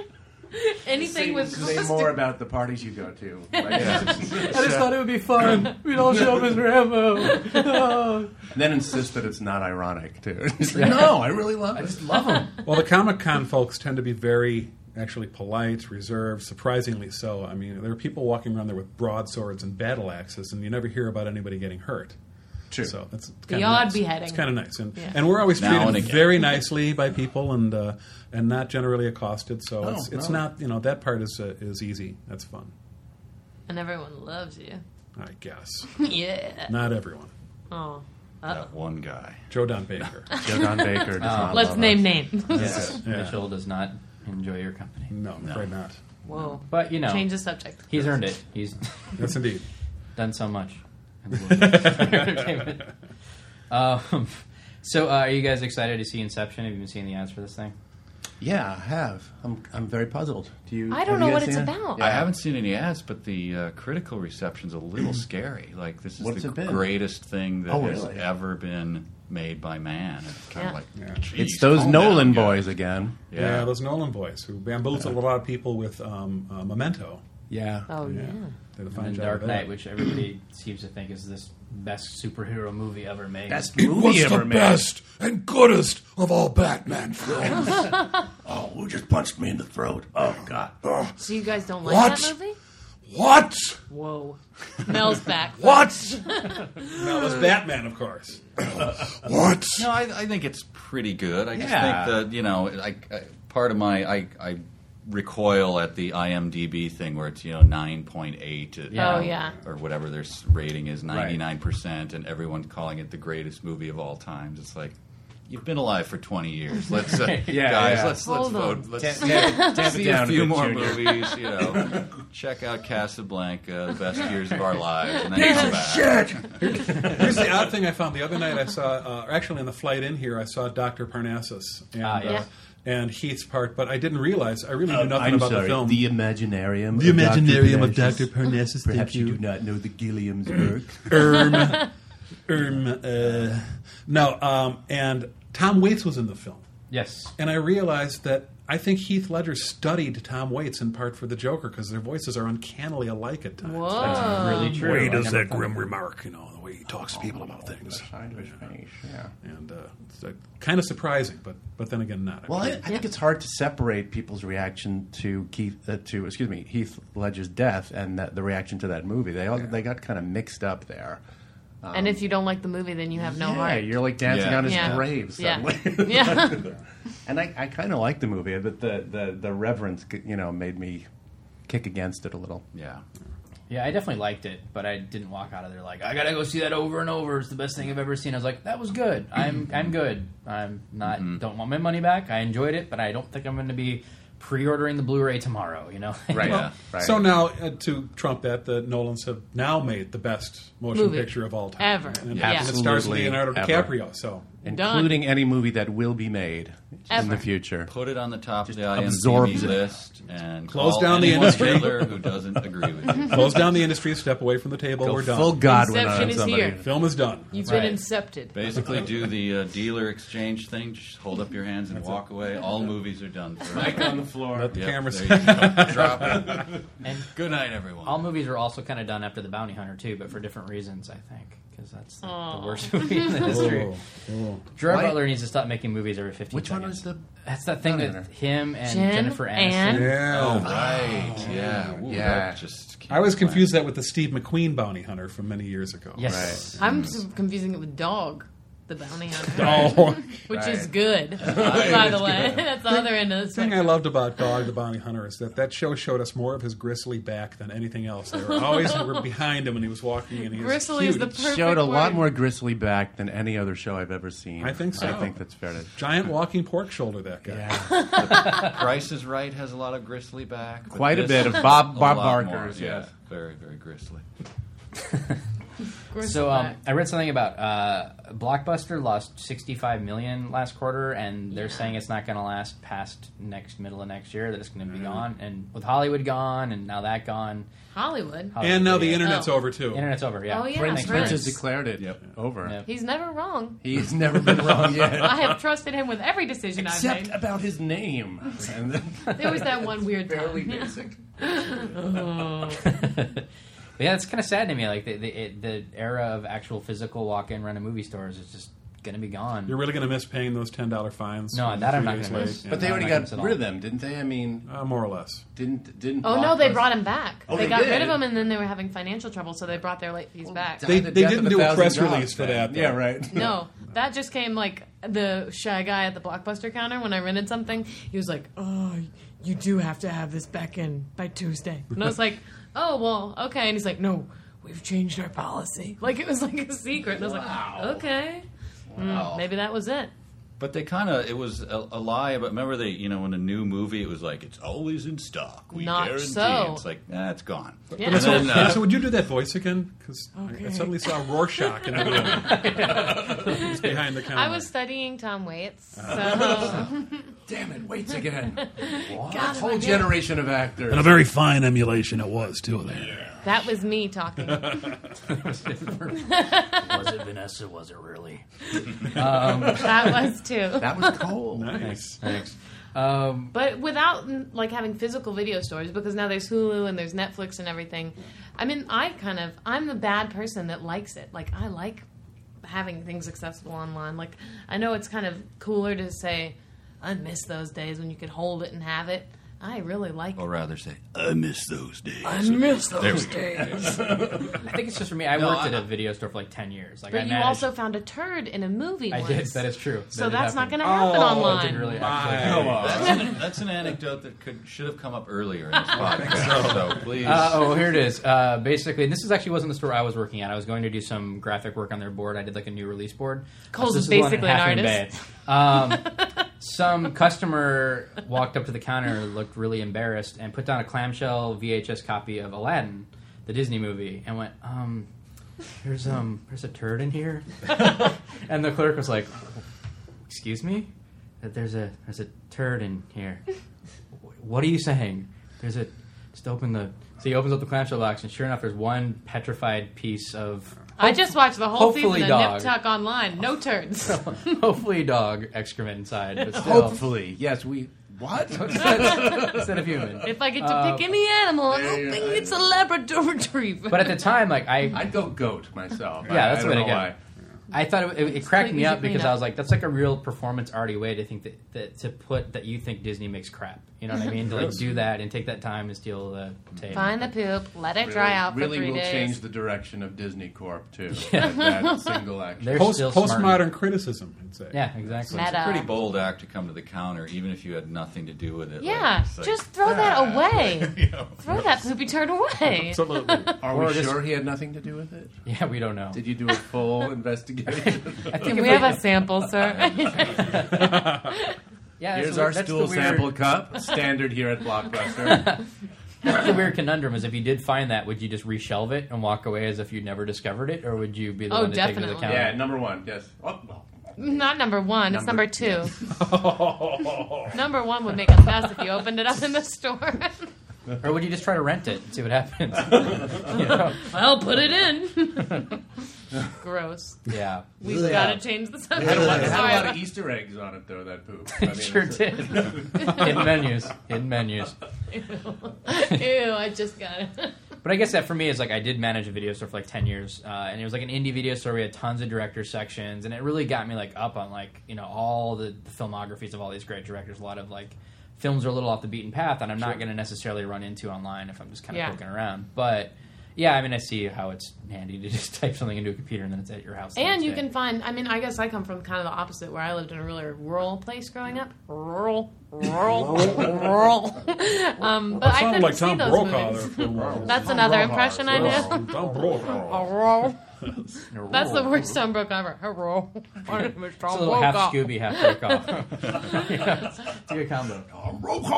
D: Anything with
E: Say more about the parties you go to. Like,
C: I just thought it would be fun. We'd all show up as Rambo.
E: and then insist that it's not ironic too. It's like, no, I really love it.
C: Love him.
G: Well, the Comic Con folks tend to be very actually polite, reserved, surprisingly so. I mean, there are people walking around there with broadswords and battle axes, and you never hear about anybody getting hurt.
E: True.
G: So that's kind of
D: odd
G: nice.
D: beheading.
G: It's kind of nice, and,
D: Yeah.
G: and we're always
F: Now and
G: treated
F: again.
G: very nicely by people, and uh, and not generally accosted. So
E: No,
G: it's it's
E: no.
G: not you know that part is uh, is easy. That's fun,
D: and everyone loves you.
G: I guess.
D: yeah.
G: not everyone.
D: Oh.
F: That one guy.
G: Joe Don Baker.
E: Jodan Baker. Does not
D: Let's
E: love
D: name
E: us.
D: names.
G: Yeah.
C: Mitchell does not enjoy your company.
G: No, I'm afraid not.
D: Whoa.
C: But, you know,
D: Change the subject.
C: he's earned it. He's
G: Yes, indeed.
C: done so much. in the world of entertainment. um, so, uh, are you guys excited to see Inception? Have you been seeing the ads for this thing?
E: Yeah, I have. I'm I'm very puzzled. Do you?
D: I don't
E: have
D: know
E: you
D: what
E: guys
D: it's
E: seen it?
D: about.
F: I haven't seen any ads, but the uh, critical reception's a little scary. Like this is
E: What's
F: the
E: it been?
F: greatest thing that
E: Oh,
F: has
E: really?
F: ever been made by man. And It's kind
D: Yeah.
F: of like
G: Yeah.
F: "Geez,
E: It's uh, those
F: calm
E: Nolan
F: down,
E: boys again.
F: guys."
G: Yeah.
F: Yeah.
G: those Nolan boys who bamboozled a lot of people with um, uh, Memento.
E: Yeah.
D: Oh yeah.
G: Did a fine
C: And then
G: job
C: Dark
G: of that.
C: Knight, which everybody seems to think is this best superhero movie ever made.
E: Best
I: It was
E: movie
I: the
E: ever made.
I: best and goodest of all Batman films.
E: Oh, who just punched me in the throat? Oh God.
D: So you guys don't like
I: What?
D: that movie?
I: what?
D: Whoa. Mel's back.
I: What?
G: Mel Oh, was Batman, of course.
I: What?
F: No, I, I think it's pretty good. I just
C: Yeah.
F: think that you know, I, I, part of my I, I recoil at the IMDb thing where it's you know nine point eight. uh,
C: Yeah.
D: Oh, yeah.
F: Or whatever their s- rating is, ninety nine percent, and everyone calling it the greatest movie of all times. It's like. You've been alive for 20 years. Let's, uh,
C: Yeah,
F: guys,
E: yeah.
F: let's let's
D: Hold on.
F: vote. Let's
E: Tamp, tamp, tamp it
F: see
E: down
F: a few
E: bit,
F: more
E: Junior.
F: movies. You know, check out Casablanca, the best years of our lives, and then come back.
G: Here's the odd thing I found the other night. I saw, uh, or actually, on the flight in here, I saw Doctor Parnassus and,
C: Ah, yes.
D: Yeah.
G: uh, and Heath's part, but I didn't realize. I really knew
E: Uh,
G: nothing
E: I'm
G: about
E: sorry.
G: the film.
E: The Imaginarium.
G: The
E: of Dr.
G: Imaginarium of
E: Parnassus.
G: Dr. Parnassus, thank
E: Perhaps
G: you.
E: do not know the Gilliam's work.
G: Erm, erm, uh, no, um, and Tom Waits was in the film,
C: Yes.
G: and I realized that I think Heath Ledger studied Tom Waits in part for the Joker because their voices are uncannily alike at times.
C: That's
D: Whoa.
C: really true. I
I: Way does
C: never
I: that
C: thought-
I: grim remark, you know, the way he talks to people about things.
E: yeah.
G: And uh, it's like, kind of surprising, but but then again, not.
E: Well, I, I think it's hard to separate people's reaction to Keith, uh, to excuse me, Heath Ledger's death and that, the reaction to that movie. They all they got kind of mixed up there.
D: And if you don't like the movie, then you have no
E: yeah,
D: heart.
E: you're like dancing
F: Yeah.
E: on his
D: Yeah.
E: grave
D: Yeah.
E: suddenly.
D: yeah.
E: and I, I kind of like the movie, but the the the reverence, you know, made me kick against it a little.
F: Yeah.
C: Yeah, I definitely liked it, but I didn't walk out of there like I gotta go see that over and over. It's the best thing I've ever seen. I was like, that was good. I'm I'm good. I'm not don't want my money back. I enjoyed it, but I don't think I'm going to be pre-ordering the Blu-ray tomorrow. You know,
E: Right.
F: Yeah.
E: right.
G: So now, uh, to trump that, the Nolans have now made the best motion
D: Movie.
G: picture of all time
D: Ever.
G: and,
D: Yeah.
G: and it stars
E: Absolutely
G: Leonardo
E: ever.
G: DiCaprio. So
D: Done.
E: including any movie that will be made in
D: Ever.
E: the future.
F: Put it on the top of the
E: absorbs
F: IMDb
E: it.
F: list and
G: Close
F: call
G: down the
F: anyone
G: industry.
F: Hitler who doesn't agree with you.
G: close down the industry, step away from the table.
E: Go
G: we're done.
E: full Godwin
D: Inception
E: on
D: is
E: somebody.
D: here.
G: Film is done.
D: You've
C: Right.
D: been incepted.
F: Basically, do the uh, dealer exchange thing. Just hold up your hands and walk away. All movies are done. For
E: on the floor.
G: Let the cameras.
F: Drop it.
C: And
F: Good night, everyone.
C: all movies are also kind of done after the Bounty Hunter too, but for different reasons, I think, because that's the, the
D: Aw.
C: worst movie in the history.
G: Oh, oh.
C: Gerard
E: Why-
C: Butler needs to stop making movies every 15
E: Which
C: seconds.
E: one was the?
C: That's that thing
E: Bounty
C: that
E: Hunter?
C: him and
D: Jen
C: Jennifer Aniston.
D: and-
F: Oh,
G: Yeah.
F: right. yeah. Ooh,
E: Yeah.
F: that Just came
G: I was
F: to
G: confused that with the Steve McQueen bounty hunter from many years ago.
C: Yes.
D: I'm s- confusing it with Dog, the bounty hunter,
G: Oh,
D: which is
E: Right.
D: good, by the way. That's the other end of the
G: the thing
D: spectrum.
G: I loved about Dog the Bounty Hunter is that that show showed us more of his gristly back than anything else. They were always they were behind him when he was walking, and he was
D: Gristly is
G: huge.
D: the perfect
E: Showed a lot
D: word.
E: more gristly back than any other show I've ever seen.
G: I think so.
E: I think that's fair to.
G: giant walking pork shoulder. That guy.
E: Yeah,
F: Price is Right has a lot of gristly back. but
E: quite a
F: this-
E: bit of Bob
F: a
E: Bob
F: lot more,
E: Barker's.
F: yeah,
E: yes.
F: very very gristly.
D: Gristly
C: So um,
D: back.
C: I read something about uh, Blockbuster lost 65 million last quarter, and they're saying it's not going to last past next middle of next year. That it's going to be
E: Mm-hmm.
C: gone, and with Hollywood gone, and now that gone,
D: Hollywood.
G: And now the
C: yeah.
G: internet's
D: Oh.
G: over too.
C: internet's over. Yeah,
D: Oh,
C: Thanks,
D: yeah,
E: Prince,
D: Prince.
E: Prince has
C: Prince.
E: declared it
F: Yep.
E: over.
C: Yep.
D: He's never wrong.
E: He's never been wrong yet,
D: I have trusted him with every decision I've
E: except
D: made.
E: about his name. And then-
D: There was that one weird
E: fairly
D: time. Oh.
E: basic.
C: But yeah, it's kind of sad to me. Like the the, it, the era of actual physical walk-in run a movie stores is just going to be gone.
G: You're really going to miss paying those ten dollar fines.
C: No,
G: for
C: that I'm
G: three
C: not
G: days
C: gonna
G: late.
C: miss.
G: Yeah.
E: But they
C: No,
E: already
C: not
E: got
C: against it
E: rid
C: all.
E: of them, didn't they? I mean,
G: uh, more or less.
E: didn't didn't.
D: Oh no, they
E: Blockbuster-
D: brought him back.
E: Oh,
D: they,
E: they
D: got
E: did?
D: rid of him, and then they were having financial trouble, so they brought their late fees back.
E: Died
G: Oh, They-
E: a
G: they
E: death
G: didn't
E: of a
G: do a
E: thousand
G: press
E: jobs
G: release for
E: then.
G: that,
E: Yeah,
G: though.
E: right.
D: No, that just came like the shy guy at the Blockbuster counter when I rented something. He was like, "Oh, you do have to have this back in by Tuesday," and I was like, "Oh, well, okay." And he's like, "No, we've changed our policy." Like it was like a secret. And I was like, "Okay, Mm, maybe that was it."
F: But they kind of it was a, a lie. But remember they you know in a new movie it was like it's always in stock. We
D: Not
F: guarantee
D: so.
F: it. it's like nah, it's gone.
D: Yeah.
F: And then,
G: Yeah,
F: uh,
G: so would you do that voice again? Because I
D: Okay.
G: suddenly saw Rorschach in the room. He's behind the counter.
D: I was studying Tom Waits, so
E: Damn it! Waits again. What?
D: God,
E: Whole
D: my
E: generation of actors.
I: And a very fine emulation it was, too.
D: that was me talking.
C: was it Vanessa? Was it really?
D: That was too.
E: that was cold.
G: nice.
C: Thanks. Um,
D: But without mm, like having physical video stores, because now there's Hulu and there's Netflix and everything. I mean, I kind of I'm the bad person that likes it. Like I like having things accessible online. Like I know it's kind of cooler to say I miss those days when you could hold it and have it. I really like
F: I'll
D: it.
F: rather say, I miss those days.
D: miss
F: There we go.
D: days.
C: I think it's just for me. I
F: No,
C: worked
F: I-
C: at a video store for like ten years. Like, I
D: But you
C: managed-
D: also found a turd in a movie.
C: I
D: once.
C: did. That is true.
D: so that's not going to
C: to.
D: happen
C: It
D: online.
C: didn't really
G: My.
C: actually.
G: Go on.
F: That's an, that's an anecdote that could should have come up earlier in this podcast. so please,
C: Uh, oh, here it is. Uh, basically, and this is actually wasn't the store I was working at. I was going to do some graphic work on their board. I did like a new release board.
D: Cole's
C: this
D: is
C: one in
D: basically
C: Halfmoon
D: an
C: Bay. Um, some customer walked up to the counter, looked really embarrassed, and put down a clamshell VHS copy of Aladdin, the Disney movie, and went, um, "There's um, there's a turd in here." and the clerk was like, "Excuse me, that there's a there's a turd in here." what are you saying? There's a just open the. So he opens up the clamshell box, and sure enough, there's one petrified piece of
D: I just watched the whole
C: Hopefully
D: season of
C: dog.
D: Nip Tuck online. No turds.
C: hopefully dog excrement inside, but still
E: Hopefully, yes. We what?
C: instead of human.
D: If I get to
C: Oh.
D: pick any animal, I'm hoping it's a Labrador Retriever.
C: But at the time, like I,
E: I'd go goat myself.
C: Yeah,
E: I-
C: that's
E: I
C: what I
E: don't know
C: get.
E: why.
C: I thought it, it, it cracked
D: like
C: me
D: easy
C: up because
D: cleanup.
C: I was like, that's like a real performance arty way to think that, that to put that you think Disney makes crap. You know what I mean? to like do that and take that time and steal the tape.
D: Find the poop, let it dry out for
E: really
D: three
E: will
D: days.
E: change the direction of Disney Corp too. with that single action.
C: They're
G: Post,
C: still
G: postmodern
C: smart.
G: criticism, I'd say.
C: Yeah, exactly.
D: Meta.
F: pretty bold act to come to the counter, even if you had nothing to do with it. Like,
D: yeah,
F: it's like,
D: just throw that away.
F: you know.
D: throw that poopy turd away.
G: Absolutely.
E: Are
C: Or
E: we
C: just-
E: sure he had nothing to do with it?
C: Yeah, we don't know.
E: Did you do a full investigation?
D: Can we have a sample, sir?
C: Yeah, that's
E: Here's
C: the-
E: our
C: that's the
E: stool
C: weird-
E: sample cup, standard here at Blockbuster.
C: That's the weird conundrum is if you did find that, would you just reshelve it and walk away as if you never discovered it, or would you be the
D: Oh,
C: one to take it to the
D: definitely.
C: counter?
E: yeah, number one. Yes. Oh, well.
D: Not number one, it's
E: Number-
D: number two. number one would make a mess if you opened it up in the store.
C: Or would you just try to rent it and see what happens? You know?
D: well, put it in. Gross.
C: Yeah.
D: We've got to change the subject.
E: Had a lot,
D: I'm
E: had a
D: sorry.
E: lot of Easter eggs on it though. That poop. I mean,
C: It sure
E: it's-
C: did. in menus. In menus.
D: Ew, I just got it.
C: But I guess that for me is like I did manage a video store for like ten years, uh, and it was like an indie video store. We had tons of director sections, and it really got me like up on like you know all the, the filmographies of all these great directors. A lot of like films are a little off the beaten path, and I'm not going to necessarily run into online if I'm just kind of
D: Yeah.
C: poking around. But yeah, I mean, I see how it's handy to just type something into a computer and then it's at your house. the
D: And
C: next
D: you
C: day.
D: can find, I mean, I guess I come from kind of the opposite where I lived in a really rural place growing up. Rural, rural, rural. um, but I
G: Sounded
D: couldn't
G: like
D: see
G: Tom
D: those
G: Brokaw there
D: movies.
G: for a while.
D: That's another impression I do.
G: Tom Brokaw.
D: Rural.
C: Rural.
D: That's the worst Tom Brokaw ever. Rural. My name is
C: It's
D: Tom
C: a little half
D: Brokaw.
C: Scooby, half Brokaw. yes. It's a good combo.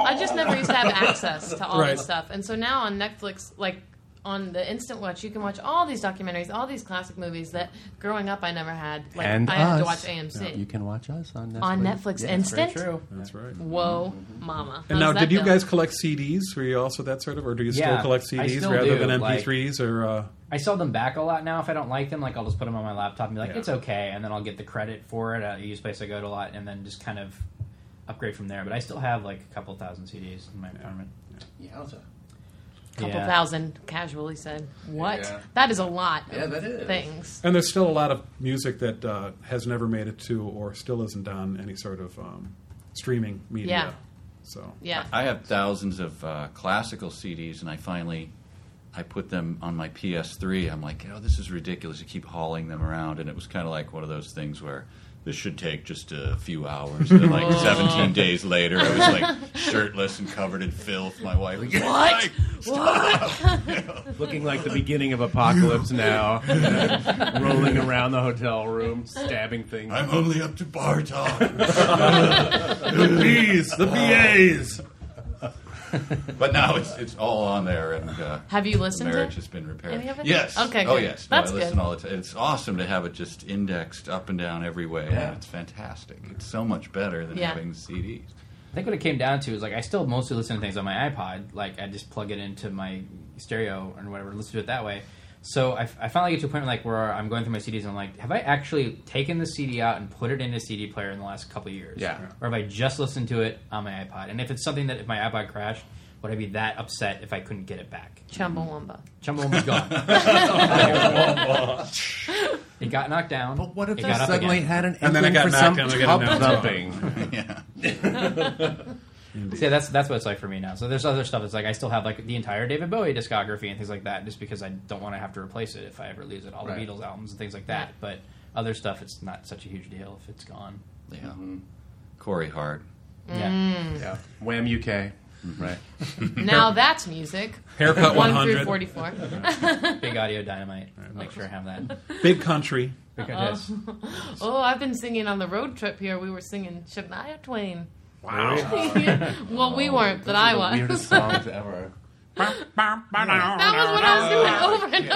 D: I just never used to have access to all
G: Right.
D: this stuff. And so now on Netflix, like on the instant watch, you can watch all these documentaries, all these classic movies that growing up I never had. Like
E: And
D: I had to watch
E: us.
D: AMC.
E: You can watch us on Netflix.
D: on Netflix
C: It's very
D: Instant.
C: true.
G: That's right.
D: Whoa, mama!
G: And now, did you guys collect CDs? Were you also that sort of, or do you still
C: Yeah,
G: collect
C: I
G: CDs
C: still
G: rather
C: do,
G: than
C: like-
G: MP3s? or uh,
C: I sell them back a lot now. If I don't like them, like I'll just put them on my laptop and be like,
G: Yeah.
C: it's okay, and then I'll get the credit for it. I use place I go to a lot, and then just kind of upgrade from there. But I still have like a couple thousand CDs in my apartment.
E: Yowza.
D: A couple
C: Yeah.
D: thousand casually said what?
E: Yeah.
D: That is a lot.
E: Yeah,
D: of
E: that is.
D: things.
G: and there's still a lot of music that uh, has never made it to, or still isn't on any sort of um, streaming media.
D: Yeah.
G: So
D: Yeah,
F: I have thousands of uh, classical CDs, and I finally I put them on my PS3. I'm like, oh, this is ridiculous. You keep hauling them around, and it was kind of like one of those things where this should take just a few hours. And like 17 days later, I was like shirtless and covered in filth. My wife was like, "Hey,
E: Looking like the beginning of Apocalypse Now, rolling around the hotel room, stabbing things.
F: I'm only up to bar talk.
G: please, the BAs.
F: but now it's it's all on there, and uh,
D: Have you
F: the
D: listened to
F: marriage
D: it?
F: has been repaired.
D: any of it?
F: Yes.
D: Okay,
F: Oh
D: good.
F: yes. No,
D: That's
F: I listen
D: good.
F: all the time. It's awesome to have it just indexed up and down every way.
E: Yeah.
F: It's fantastic. It's so much better than
D: Yeah.
F: having CDs.
C: I think what it came down to is like I still mostly listen to things on my iPod. Like I just plug it into my stereo and whatever, listen to it that way. So I, I finally get to a point like where I'm going through my CDs and I'm like, have I actually taken the CD out and put it in a CD player in the last couple of years?
E: Yeah.
C: Or have I just listened to it on my iPod? And if it's something that if my iPod crashed, would I be that upset if I couldn't get it back?
D: Chumbawamba.
C: Chumbawamba's gone. it got knocked down.
E: But what if
C: it
E: they
C: up
E: suddenly
C: again.
E: had an
G: And then it
E: inkling
G: got
E: for
G: knocked
E: some
G: down again,
E: tub
G: and now it's
E: thumping?
F: yeah.
C: So yeah, that's that's what it's like for me now. So there's other stuff. It's like I still have like the entire David Bowie discography and things like that, just because I don't want to have to replace it if I ever lose it. All
E: Right.
C: the Beatles albums and things like that. But other stuff, it's not such a huge deal if it's gone.
F: Yeah.
E: Mm-hmm.
F: Corey Hart.
D: Mm.
C: Yeah,
E: yeah. Wham UK. Right.
H: Now that's music.
G: Haircut
H: 1 through
G: 100.
H: 44.
C: big audio dynamite. Make sure I have that.
G: Big Country.
C: Because
D: Oh, I've been singing on the road trip here. We were singing Shania Twain.
E: Wow.
D: well, we weren't, but I was.
E: Weirdest songs ever.
D: That was what I was doing over and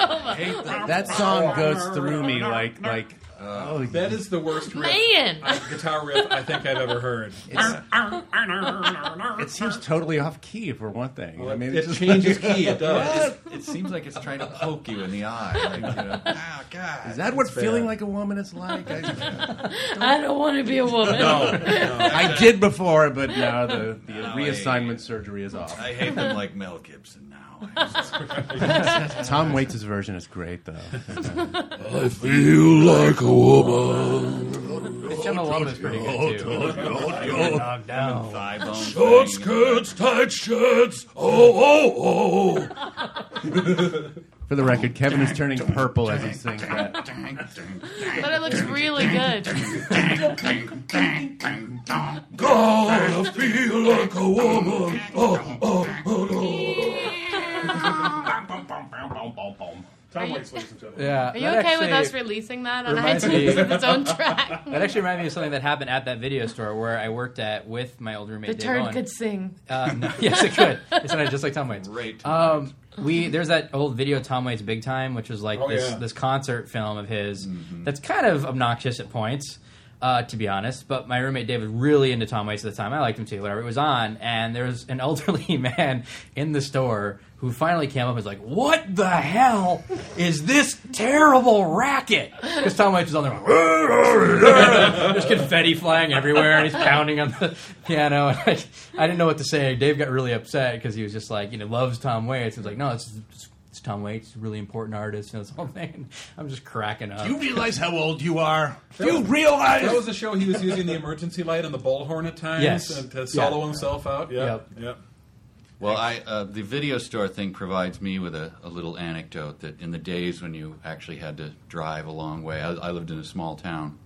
D: over.
E: That song goes through me like like. oh,
G: That is the worst riff,
D: Man,
G: guitar riff I think I've ever heard.
E: it seems totally off key for one thing. I mean,
G: it
E: it's just
G: changes key. It does.
F: It seems like it's trying to poke you in the eye. Like, you know, ah, God.
E: is that what
G: It's bad.
E: feeling like a woman is like? I,
D: I don't want to be a woman.
G: No, no.
E: I did before, but now the, the
F: No,
E: reassignment surgery is off.
F: I hate them like Mel Gibson now. I just-
E: Tom Waits' version is great, though.
I: I feel like a woman.
C: Chumbawamba's pretty good too. Knocked down.
F: Thigh bone
I: Short
F: thing.
I: skirts, tight shirts. Oh, oh, oh.
E: For the record, Kevin is turning purple as he sings that.
F: Dang, dang,
D: But it looks really good.
F: dang, dang, dang, dang, dong.
I: God, I feel like a woman. Oh, oh, oh, oh.
G: Tom Waits, ladies and gentlemen.
C: Yeah.
D: Are you okay with us releasing that on
C: reminds
D: iTunes
C: me-
D: as its own track?
C: That actually reminded me of something that happened at that video store where I worked at with my old roommate.
D: The
C: Dave
D: turd
C: Owen.
D: could sing.
C: Uh, no, yes, it could. It sounded just like Tom Waits.
F: Great
E: Uh,
F: Tom
C: Um, we there's that old video of Tom Waits Big Time, which was like
G: Oh,
C: this
G: yeah. Mm-hmm.
C: this concert film of his that's kind of obnoxious at points, uh, to be honest. But my roommate Dave was really into Tom Waits at the time. I liked him too. Whatever it was on, and there was an elderly man in the store who finally came up and was like, "What the hell is this terrible racket?" Because Tom Waits was on there. Like, there's confetti flying everywhere, and he's pounding on the piano. And I, I didn't know what to say. Dave got really upset because he was just like, you know, loves Tom Waits. He was like, no, it's, it's, it's Tom Waits, he's a really important artist, and this whole thing. I'm just cracking up.
E: realize how old you are?
G: You
E: realize?
G: That was a show he was using the emergency light and the bullhorn at times
C: Yes.
G: and to solo himself out. Yeah,
C: Yep.
G: yeah.
F: Well, I uh, the video store thing provides me with a, a little anecdote that in the days when you actually had to drive a long way, I, I lived in a small town,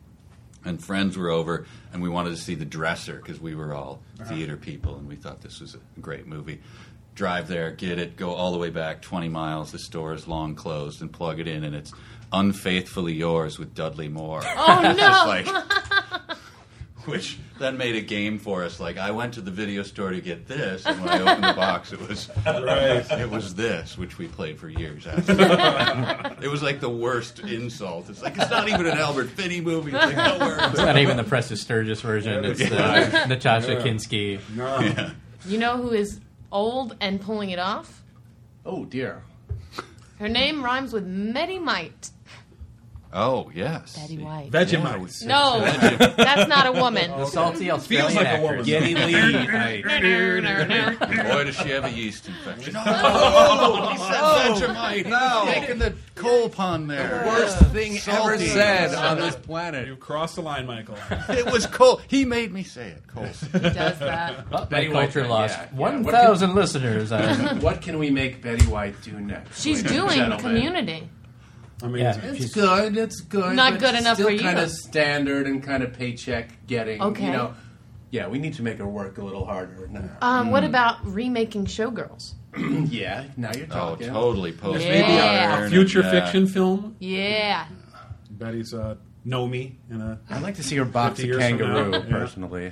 F: and friends were over, and we wanted to see The Dresser because we were all theater people, and we thought this was a great movie. Drive there, get it, go all the way back 20 miles. The store is long closed, and plug it in, and it's unfaithfully yours with Dudley Moore.
D: Oh
F: Just
D: no!
F: like, which then made a game for us. Like I went to the video store to get this, and when I opened the box, it was
G: Right.
F: it was this, which we played for years. After. that. it was like the worst insult. It's like it's not even an Albert Finney movie. It's like
C: It's
F: nowhere.
C: not even the Preston Sturgis version. It's the Natasha Kinsky.
G: No.
D: You know who is old and pulling it off?
E: Oh, dear.
D: Her name rhymes with Medimite.
F: Oh yes,
D: Betty White.
G: Vegemite.
D: No, that's not a woman.
H: Oh.
C: The salty Australian
G: Feels like a
C: actress.
G: woman.
E: Getty Lee. Right.
F: boy does she have a yeast infection. No, he said Vegemite. No, taking the coal pond there.
E: Worst thing ever
F: Salty.
E: said on this planet.
G: You crossed the line, Michael.
F: It was coal. He made me say it. Coal.
D: He does that.
C: Oh,
E: Betty
C: my
E: White,
C: culture
E: yeah,
C: lost
E: yeah. What can-
C: 1,000 listeners. Uh,
E: What can we make Betty White do next?
D: She's
E: ladies and
D: doing
E: gentlemen?
D: community.
G: Amazing.
C: Yeah.
E: It's good. It's good.
D: Not
E: but
D: good
E: it's
D: enough
E: still
D: for you.
E: Kind of standard and kind of paycheck getting.
D: Okay.
E: You know, yeah, we need to make her work a little harder now.
D: Um, What about remaking Showgirls?
E: yeah, now you're
F: Oh,
E: talking.
F: totally. Post
D: maybe a
G: Future
F: Yeah.
G: fiction film.
D: Yeah.
G: Betty's uh, know me in a
E: I'd like to see her box
G: 50
E: a
G: years from
E: kangaroo
G: now, yeah.
E: personally.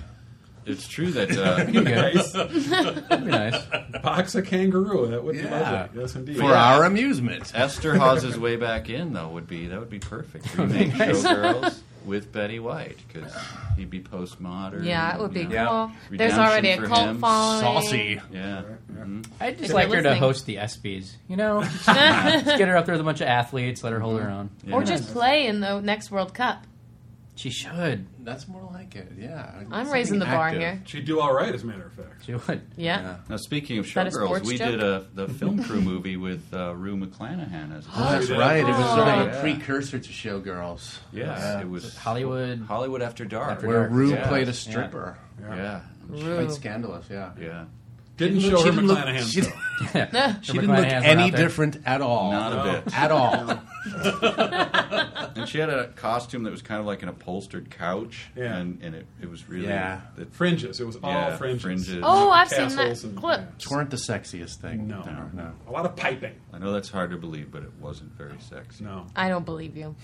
F: It's true that uh,
C: be good.
G: nice
C: That'd be nice.
G: box of kangaroo. That would be
E: Yeah.
G: lovely. Yes, indeed.
E: For our amusement.
F: Esther Haas's way back in though would be that would be perfect. Remake
C: nice.
F: Showgirls. with Betty White because he'd be postmodern.
H: Yeah, it would be
F: you
H: cool.
F: know.
H: There's
F: Redemption
H: already a
F: for
H: cult
F: him.
H: following.
E: Saucy.
F: Yeah. mhm.
C: I'd just
H: If
C: like
H: they're
C: her to
H: listening.
C: host the ESPYS. You know, just get her up there with a bunch of athletes. Let her hold her
E: Mm-hmm.
C: own.
F: Yeah.
H: Or just play in the next World Cup.
C: She should.
E: That's more like it. Yeah.
H: I'm
E: Something
H: raising the bar
E: active.
H: here.
G: She'd do all right, as a matter of fact.
C: She would.
H: Yeah.
E: Yeah.
F: Now, speaking of
H: that a
F: showgirls,
H: sports
F: we
H: joke?
F: did a the film crew movie with uh, Rue McClanahan as
E: Oh,
F: a
E: that's
G: Oh.
E: right. It was sort of
F: Yeah.
E: a precursor to Showgirls.
F: Yes, it was
C: Hollywood.
F: Hollywood After Dark.
C: After
E: Where
C: Dark.
E: Rue
F: Yeah.
E: played a stripper.
F: Yeah,
H: Rue.
E: Quite scandalous, yeah.
F: yeah,
G: Didn't
E: She
G: show her
E: didn't look-
G: McClanahan.
E: she-
G: though.
E: She didn't look any different at all.
F: not a bit.
E: At all.
F: And she had a costume that was kind of like an upholstered couch.
G: Yeah.
F: and, and it, it was really
E: Yeah.
F: it-
G: Fringes. It was all
F: yeah,
G: fringes.
H: Oh, I've seen
G: Tassels
H: that
G: and-
H: clip.
E: These weren't the sexiest thing.
G: No.
E: no. no.
G: A lot of piping.
F: I know that's hard to believe, but it wasn't very sexy.
G: No.
H: I don't believe you.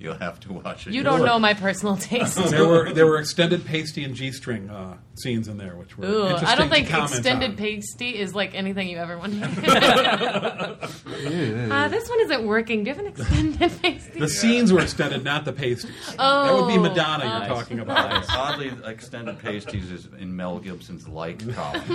F: You'll have to watch it.
H: You don't know my personal taste.
G: There were there were extended pasty and g string uh, scenes in there, which were
D: Ooh,
G: interesting
D: I don't
G: to
D: think
G: comment
D: extended
G: on.
D: pasty is like anything you ever want to uh, This one isn't working. Do you have an extended pasty?
G: The scenes were extended, not the pasties.
D: Oh,
G: that would be Madonna
D: oh.
G: you're talking about.
F: Oddly, extended pasties is in Mel Gibson's like column. we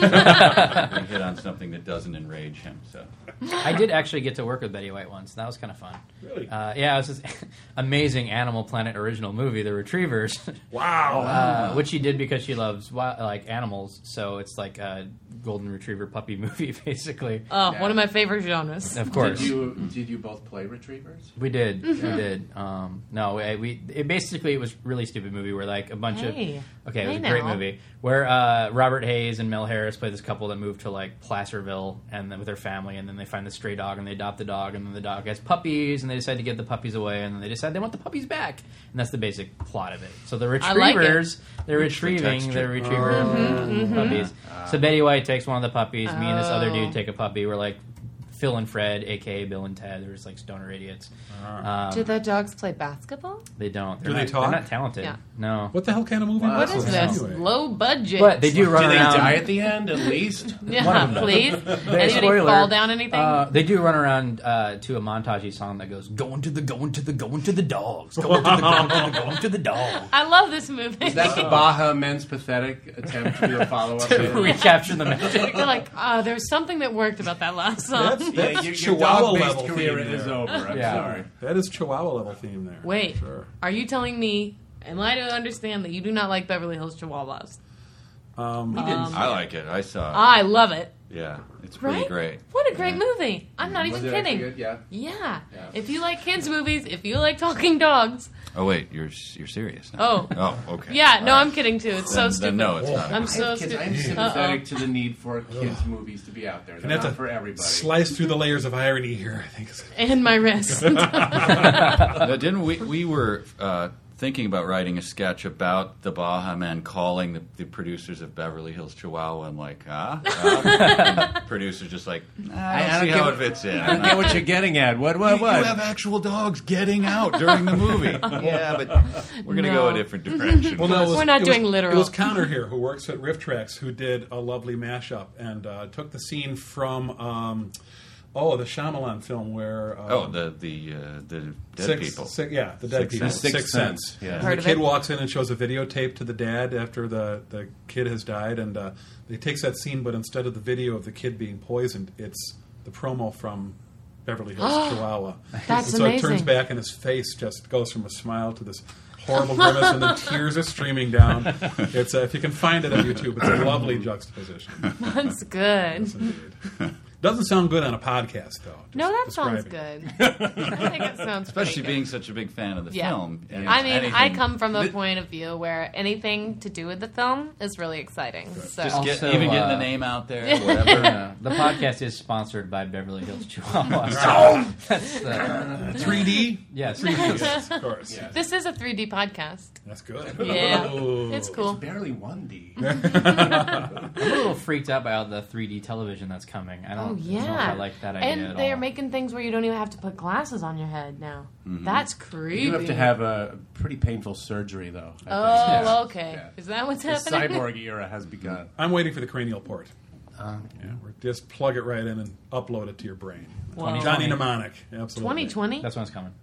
F: hit on something that doesn't enrage him. So
C: I did actually get to work with Betty White once. That was kind of fun.
G: Really?
C: Uh, yeah, it was this amazing Animal Planet original movie, The Retrievers,
G: wow.
E: Oh.
C: uh, which she did because she loves wi- like animals. So it's like a golden retriever puppy movie, basically.
D: Oh, one of my favorite genres.
C: of course,
E: Did you Mm-hmm. did you both play retrievers?
C: we did, we did. Um, no, we, we it basically it was a really stupid movie where like a bunch
D: Hey.
C: of okay, it was
H: Hey
C: a great
H: now.
C: movie where uh, Robert Hayes and Mel Harris play this couple that moved to like Placerville and then with their family, and then they find the stray dog and they adopt the dog, and then the dog has puppies, and they decide to give the puppies away, and then they decide they want the puppies back, and that's the basic plot of it. So the
D: I like it.
C: retrievers, they're
F: the
C: retrieving
F: texture.
C: their retriever puppies. So Betty White takes one of the puppies. Me and this other
D: Oh.
C: dude take a puppy. We're like. Phil and Fred, aka Bill and Ted, they're just like stoner idiots. Um,
H: Do the dogs play basketball?
C: they don't. They're
G: Do they
C: not,
G: talk?
C: They're not talented.
H: Yeah.
C: No.
G: What the hell kind of movie?
E: Wow.
G: was
D: What is
E: Wow.
D: this?
G: Anyway.
D: Low budget.
C: But they do run
E: Do they
C: around.
E: die at the end at least?
D: Yeah, please. Anybody
C: spoiler.
D: fall down anything?
C: Uh, they do run around uh, to a montage song that goes "Going to the, going to the, going to the dogs, going to the, going to the, going to the dogs."
D: I love this movie.
E: Is that the Baja Men's pathetic attempt to do a follow up?
C: Recapture the magic.
D: They're like, ah, there's something that worked about that last song.
G: That's,
E: Yeah,
G: that's
E: your, your
G: Chihuahua
E: dog based
G: level
E: career
G: theme
E: is
G: there.
E: over. I'm
C: Yeah.
E: sorry.
G: That is Chihuahua level theme there.
D: Wait,
G: Sure.
D: are you telling me? Am I to understand that you do not like Beverly Hills Chihuahuas? Uh,
G: Um,
F: I like it. I saw. it.
D: I love it.
F: Yeah, it's pretty
D: uh, Right?
F: great.
D: What a great movie! I'm not
E: Was
D: even
E: it actually
D: kidding.
E: good? Yeah.
D: Yeah.
E: Yeah.
D: If you like kids' movies, if you like talking dogs,
F: Oh wait, you're you're serious now.
D: Oh.
F: oh, okay.
D: yeah. No,
F: All
D: I'm kidding too. It's so
F: Then-
D: stupid.
F: Then no, it's not.
D: I'm so
E: Kids,
D: stupid.
E: I'm sympathetic to the need for kids' movies to be out there. They're
G: that's
E: not
G: a
E: for everybody.
G: Slice through the layers of irony here. I think.
D: And my wrist.
F: No, didn't we? We were uh, thinking about writing a sketch about the Baja Men calling the, the producers of Beverly Hills Chihuahua and like, huh? huh? and the producers just like, I don't,
E: I don't
F: see how
E: give
F: it
E: a-
F: fits in.
E: I know what you're getting at. What? What?
F: you
E: What?
F: have actual dogs getting out during the movie. yeah, but we're gonna
D: No.
F: go a different direction.
G: Well, no, it was-
D: We're not
G: it was-
D: doing literal.
G: It was Connor here who works at Rift Tracks who did a lovely mashup and uh, took the scene from um, oh the Shyamalan film where um,
F: oh, the the uh, the dead
G: Sixth-
F: people.
G: Sixth- yeah, the
F: Sixth
G: dead people.
F: Sense.
G: Sixth,
E: Sixth
G: Sense.
E: Sense, yeah.
G: And
H: Heard
G: the
H: of
G: kid
H: it.
G: walks in and shows a videotape to the dad after the, the kid has died, and uh, they takes that scene, but instead of the video of the kid being poisoned, it's the promo from Beverly Hills Chihuahua.
H: That's
G: and so it turns
H: amazing.
G: back, and his face just goes from a smile to this horrible grimace, and then tears are streaming down. It's uh, if you can find it on YouTube, it's a lovely juxtaposition.
H: That's good.
G: Yes, indeed. Doesn't sound good on a podcast, though. just
H: No, that sounds
G: describing.
H: good. I think it sounds
F: Especially
H: pretty
F: being such a big fan of the
H: Yeah.
F: film. and
H: Good. I mean, I
F: anything-
H: come from a point of view where anything to do with the film is really exciting. So
F: Just get,
C: Also,
F: even getting the
C: uh,
F: name out there, whatever.
C: Uh, the podcast is sponsored by Beverly Hills Chihuahua. So that's uh, the
G: 3D.
C: yes.
G: Yes, of course.
E: Yeah.
H: this is a 3D podcast.
G: That's good.
D: Yeah.
G: Oh.
D: it's cool.
E: Barely one D.
C: I'm a little freaked out by all the 3D television that's coming. I don't,
H: Oh
C: I, don't know if
H: yeah,
C: I like that idea
H: and
C: at
H: they
C: all.
H: are making things where you don't even have to put glasses on your head now. That's creepy.
E: You have to have a pretty painful surgery, though. I
D: Oh,
E: think.
D: okay.
E: Yeah.
D: Is that what's
E: The
D: happening?
E: cyborg era has begun.
G: I'm waiting for the cranial port. yeah, we're just plug it right in and upload it to your brain.
D: Whoa.
G: Johnny mnemonic, absolutely.
H: 2020.
C: That's when it's coming.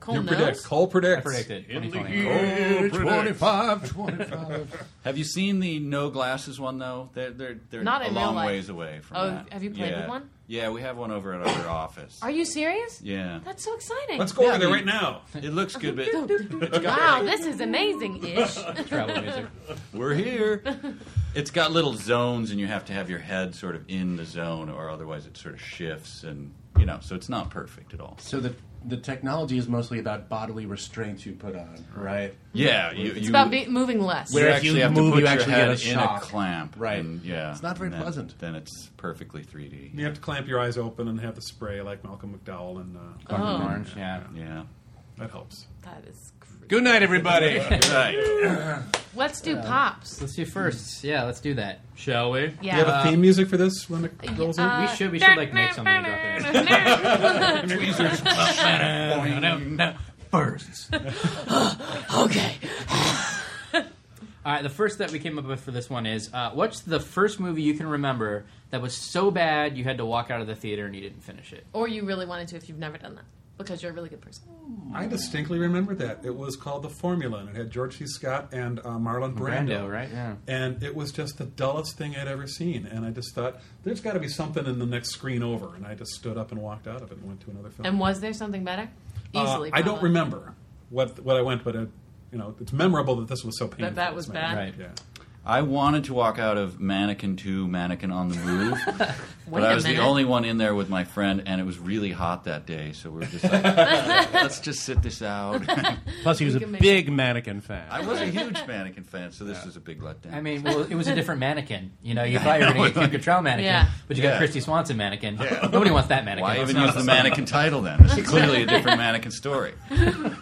D: Cole
G: you
D: knows.
G: predict. Cole predicts.
C: I predicted.
E: In the
C: 2020.
E: year
I: predicts.
E: 25, 25.
F: Have you seen the no glasses one though? They're they're, they're
H: Not
F: a
H: in
F: long
H: real life.
F: ways away from
H: Oh,
F: that.
H: have you played
F: yeah.
H: with one?
F: Yeah, we have one over at our office.
H: Are you serious?
F: Yeah,
H: That's so exciting.
G: Let's go
F: Yeah,
G: over there
F: we-
G: right now.
F: it looks good, but
H: Wow, this is amazing ish.
C: Travel music.
F: we're here. It's got little zones, and you have to have your head sort of in the zone, or otherwise it sort of shifts, and you know, so it's not perfect at all.
E: So the the technology is mostly about bodily restraints you put on, right?
F: Yeah, you,
E: It's
F: you,
D: It's about be- moving less.
F: you
E: Where if
F: actually
E: you
F: have to
E: move,
F: put
E: you
F: your
E: actually
F: head
E: get a
F: in
E: shock.
F: a clamp,
E: Right.
F: and, yeah,
E: It's not very
F: and then-
E: pleasant.
F: Then it's perfectly 3D.
G: You have to clamp your eyes open and have the spray like Malcolm McDowell, and uh,
C: Clockwork Orange. Yeah.
H: Oh.
F: Yeah.
G: that helps.
D: That is. cr-
E: Good night, everybody.
F: Right.
D: Let's do pops.
C: Let's do first. Yeah, let's do that. Shall we?
G: Do
H: Yeah.
G: you have a theme music for this when it rolls in?
C: We should. We should like make something and drop it.
B: First.
D: Okay.
C: All right. The first that we came up with for this one is uh, what's the first movie you can remember that was so bad you had to walk out of the theater and you didn't finish it?
D: Or you really wanted to if you've never done that because you're a really good person.
G: I distinctly remember that it was called The Formula, and it had George C. Scott and uh, Marlon Brando.
C: Brando, right? Yeah.
G: And it was just the dullest thing I'd ever seen, and I just thought there's got to be something in the next screen over, and I just stood up and walked out of it and went to another film.
D: And was there something better?
G: Uh,
D: Easily.
G: I don't
D: probably.
G: remember what what I went, but it, you know, it's memorable that this was so painful.
D: That that was
G: It's
D: bad.
C: Right.
G: memorable.
F: I wanted to walk out of Mannequin 2, Mannequin on the Move,
D: Wait
F: but I
D: a
F: was the
D: minute.
F: only one in there with my friend, and it was really hot that day, so we were just like, let's just sit this out.
E: Plus, he was a
D: can make-
E: big mannequin fan.
F: I was a huge Mannequin fan, so this was a big letdown.
C: I mean, well, it was a different mannequin. You know, you thought you were going to get Kim Cattrall mannequin,
D: Yeah.
C: but you
F: Yeah.
C: got Christy Swanson mannequin. Nobody wants that mannequin.
F: why even use the mannequin title then? This is clearly a different mannequin story.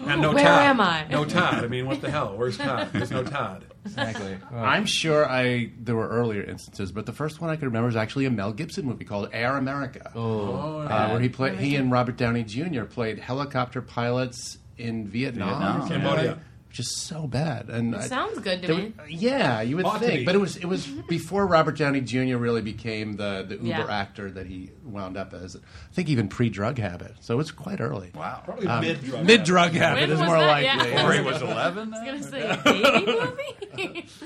G: And no
D: Where
G: Todd.
D: am I?
G: No Todd. I mean, what the hell? Where's Todd? There's no Todd.
C: Exactly.
E: I'm sure I there were earlier instances, but the first one I can remember is actually a Mel Gibson movie called Air America,
C: Oh,
E: uh, where he played he and Robert Downey Jr. played helicopter pilots in Vietnam,
F: Vietnam,
E: or something
G: yeah.
E: like-
G: Cambodia.
E: which is so bad. And I-
D: Sounds good to
E: there
D: me.
E: were- yeah, you would
G: Ought to be.
E: think, but it was it was before Robert Downey Jr. really became the the uber
D: Yeah.
E: actor that he wound up as. I think even pre drug habit, so it's quite early.
F: Wow.
G: Probably Um, mid drug.
E: Mid drug habit
D: When
E: is
D: was
E: more
D: that?
E: likely.
D: Yeah.
F: Or it was 11
D: I
F: then?
D: was gonna say baby movie.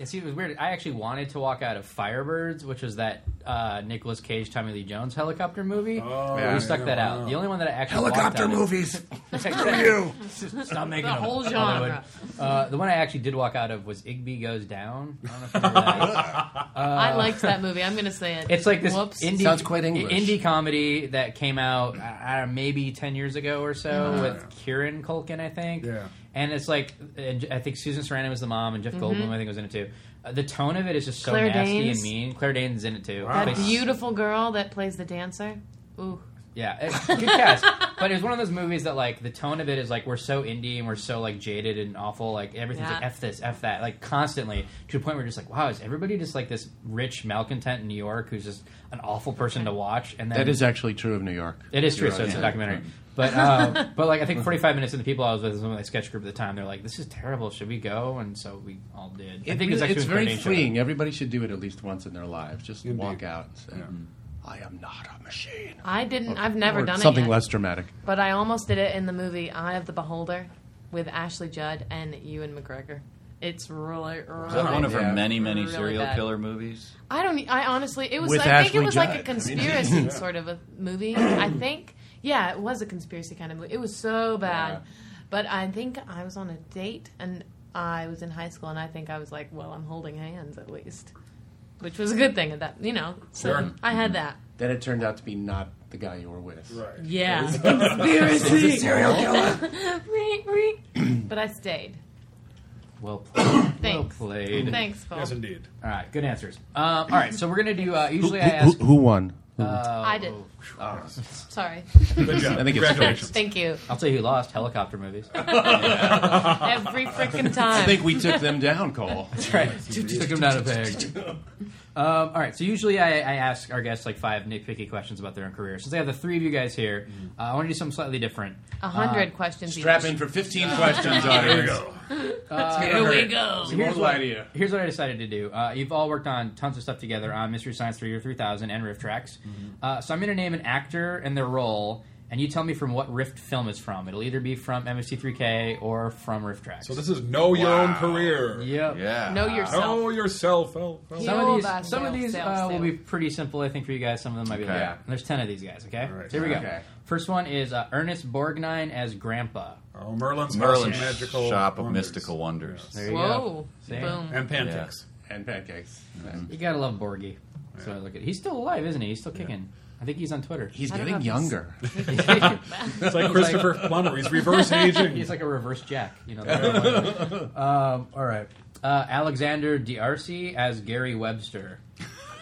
C: It's, it was weird. I actually wanted to walk out of Firebirds, which was that uh, Nicolas Cage, Tommy Lee Jones helicopter movie.
G: Oh,
C: we
E: yeah,
C: stuck
G: yeah,
C: that
G: wow.
C: out. The only one that I actually walked
E: Helicopter
C: out of-
E: movies, screw you.
C: Stop making
D: The
C: them,
D: whole
C: Hollywood.
D: genre.
C: Uh, the one I actually did walk out of was Igby Goes Down. I don't know if you remember that.
D: I liked that movie. I'm gonna say it.
C: It's like this
D: Whoops.
C: indie
E: Sounds quite English.
C: indie comedy that came out uh, maybe ten years ago or so with Kieran Culkin, I think.
G: Yeah.
C: And it's like, and I think Susan Sarandon was the mom, and Jeff Goldblum I think was in it too. Uh, the tone of it is just so
D: Mm-hmm. Claire
C: nasty
D: Danes.
C: and mean. Claire Danes is in it too.
G: Wow.
D: that
C: Plays-
D: beautiful girl that plays the dancer. Ooh,
C: Yeah, it's good cast. But it's one of those movies that like the tone of it is like we're so indie and we're so like jaded and awful. Like everything's
D: Yeah.
C: like f this, f that, like constantly to a point where you're just like, wow, is everybody just like this rich malcontent in New York who's just an awful person to watch? And then
E: That is actually true of New York.
C: It is true.
E: You're
C: so it's
E: right.
C: a documentary. But uh, but like I think 45 minutes in the people I was with was one of my sketch group at the time. They're like, "This is terrible. Should we go?" And so we all did. I think
E: really-
C: it's actually
E: it's
C: when
E: very
C: Carnation-
E: freeing. Everybody should do it at least once in their lives. Just
G: Indeed.
E: walk out and say,
C: Mm-hmm.
E: "I am not a machine."
D: I didn't. I've never
E: or
D: done
E: something
D: it yet,
E: less dramatic.
D: But I almost did it in the movie Eye of the Beholder with Ashley Judd and Ewan McGregor. It's really,
F: Is that one
D: really.
F: of her
E: Yeah.
F: many, many
D: Uh-huh. Really
F: serial
D: bad.
F: killer movies?
D: I don't. e, I honestly, it was.
E: With
D: I think
E: Ashley
D: it was like a
E: Judd. I mean,
D: conspiracy sort of a movie. I think. Yeah, it was a conspiracy kind of movie. It was so bad,
E: Yeah.
D: but I think I was on a date and I was in high school, and I think I was like, "Well, I'm holding hands at least," which was a good thing at that. You know, so
G: Sure.
D: I had that.
E: Then it turned out to be not the guy you were with.
G: Right.
D: Yeah,
E: Conspiracy.
D: Ring, ring. but I stayed.
C: Well played. well
D: Thanks.
C: played.
D: Thanks, Paul.
G: Yes, indeed.
C: All right, good answers. Um, all right, so we're gonna do. Uh,
E: Who,
C: usually I
E: who,
C: ask.
E: who won?
C: Uh,
D: I did.
E: Oh.
D: Sorry.
G: Good job.
E: I think it's-
G: Congratulations.
D: Thank you.
C: I'll tell you who lost helicopter movies.
D: Every freaking
E: I
D: time.
E: think we took them down, Cole.
C: That's right. Took him down a peg. Um, all right. So usually I, I ask our guests like five nitpicky questions about their own career. Since I have the three of you guys here,
E: Mm-hmm.
C: uh, I want to do something slightly different. Uh,
D: A hundred questions.
E: Strap
D: each.
E: in for 15 questions, audience. Here we go.
D: Here we go.
E: It's more
C: what,
E: idea.
C: here's what I decided to do. Uh, you've all worked on tons of stuff together on Mystery Science 3 or 3000 and Riff Tracks. Uh, so I'm going to name an actor and their role, and you tell me from what Rift film it's from. It'll either be from MST3K or from Rift Tracks.
G: So this is know your own career.
C: Yep.
F: Yeah.
H: Know yourself.
G: Know yourself. Oh, oh.
H: Yeah.
C: Some
H: Know
C: of
H: about
C: these, some of these
H: yourself,
C: uh, will
H: Sue.
C: be pretty simple, I think, for you guys. Some of them might be
F: Okay.
C: okay. There's ten of these guys. Okay,
G: right.
C: so here we go.
E: Okay.
C: First one is uh, Ernest Borgnine as Grandpa.
G: Oh, Merlin's,
F: Merlin's
G: House of Magical
F: Shop of
G: Wonders.
F: Mystical Wonders.
G: Yes.
C: There you go.
H: Whoa.
C: See?
H: Boom.
G: And pancakes.
E: and pancakes.
C: You gotta love Borgie. So I look at. He's still alive, isn't he? He's still kicking. I think he's on Twitter.
E: He's
H: I don't
E: getting
H: know if he's-
E: younger.
G: It's like Christopher Plummer. He's reverse aging.
C: He's like a reverse Jack, you know. the- um, all right, uh, Alexander D'Arcy as Gary Webster.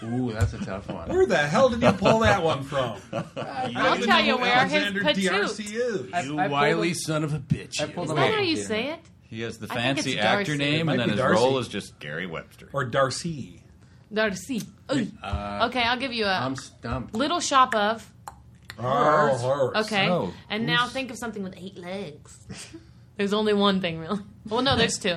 E: Ooh, that's a tough one.
G: where the hell did you pull that one from?
H: I'll tell you where
G: Alexander
H: his
G: DRC
H: patoot.
G: is.
C: I-
E: You
C: I pulled
E: wily
C: him-
E: son of a bitch.
C: I
E: you.
C: pulled
H: Is
C: him
H: that
C: out.
H: how you say it?
F: He has the
H: I think
F: fancy
H: it's Darcy.
F: actor
H: It
F: name,
G: might
F: and then
G: be
F: his
G: Darcy.
F: role is just Gary Webster.
G: Or Darcy.
H: Darcy. Ooh.
C: Uh,
H: okay, I'll give you a
E: I'm stumped.
H: little shop of.
G: Oh, horse.
H: Okay.
F: So,
H: and now think of something with eight legs. there's only one thing, really. Well, no, there's two.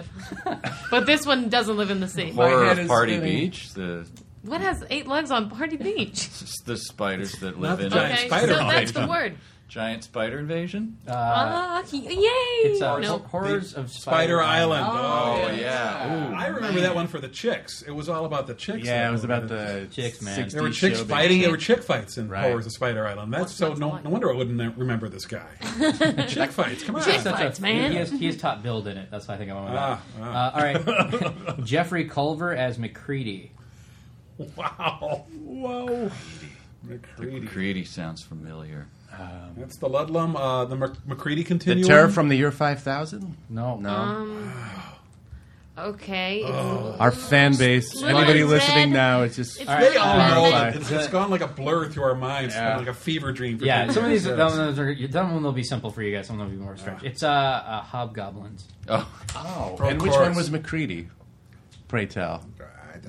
H: but this one doesn't live in the sea.
F: Horror
E: head
F: of
E: is
F: Party
E: spinning.
F: Beach, the
H: What has eight legs on Party Beach?
F: the spiders that
G: Not
F: live
G: the
F: in
G: giant
F: it.
H: Okay, so
G: spider
H: that's the
F: invasion.
H: word.
F: Giant spider invasion.
H: Ah, he- yay!
C: Uh, It's uh,
H: no,
C: Horrors of
G: Spider, Island. Oh,
F: Oh yeah. Ooh.
G: I remember that one for the chicks. It was all about the chicks.
E: Yeah, it was
G: though.
E: about the
C: Chicks, man.
E: 60s
G: There were chicks
E: showbiz.
G: fighting. There were chick fights in
E: Right.
G: Horrors of Spider Island. That's
H: What's-
G: so
H: what's
G: no,
H: like?
G: no wonder I wouldn't ne- remember this guy. chick fights. Come on.
H: Chick
C: Such a-
H: Fights, man.
C: He has, he has top build in it. That's why I think I want
G: Ah,
C: that. Uh, all right, Jeffrey Culver as McCready.
G: Wow.
E: Oh,
G: Whoa. McCready.
F: Creedy sounds familiar.
G: That's the Ludlum, uh, the Mc- McCready
E: The
G: continuum.
E: terror from the year 5000?
C: No,
E: No.
H: okay.
C: Oh.
E: Our fan base.
H: Little
E: Anybody
H: Red-
E: listening now, it's just.
H: It's,
G: They all
H: Red
G: know
H: Leg.
G: it. It's- it's gone like a blur through our minds,
E: Yeah.
G: like a fever dream. For
C: Yeah,
G: ten
C: some of these
G: years.
C: some of those are some of them will be simple for you guys. Some of them will be more stretched. It's uh, uh hobgoblins.
F: Oh,
E: Oh,
G: Of
E: and which
G: course.
E: one was McCready? Pray tell.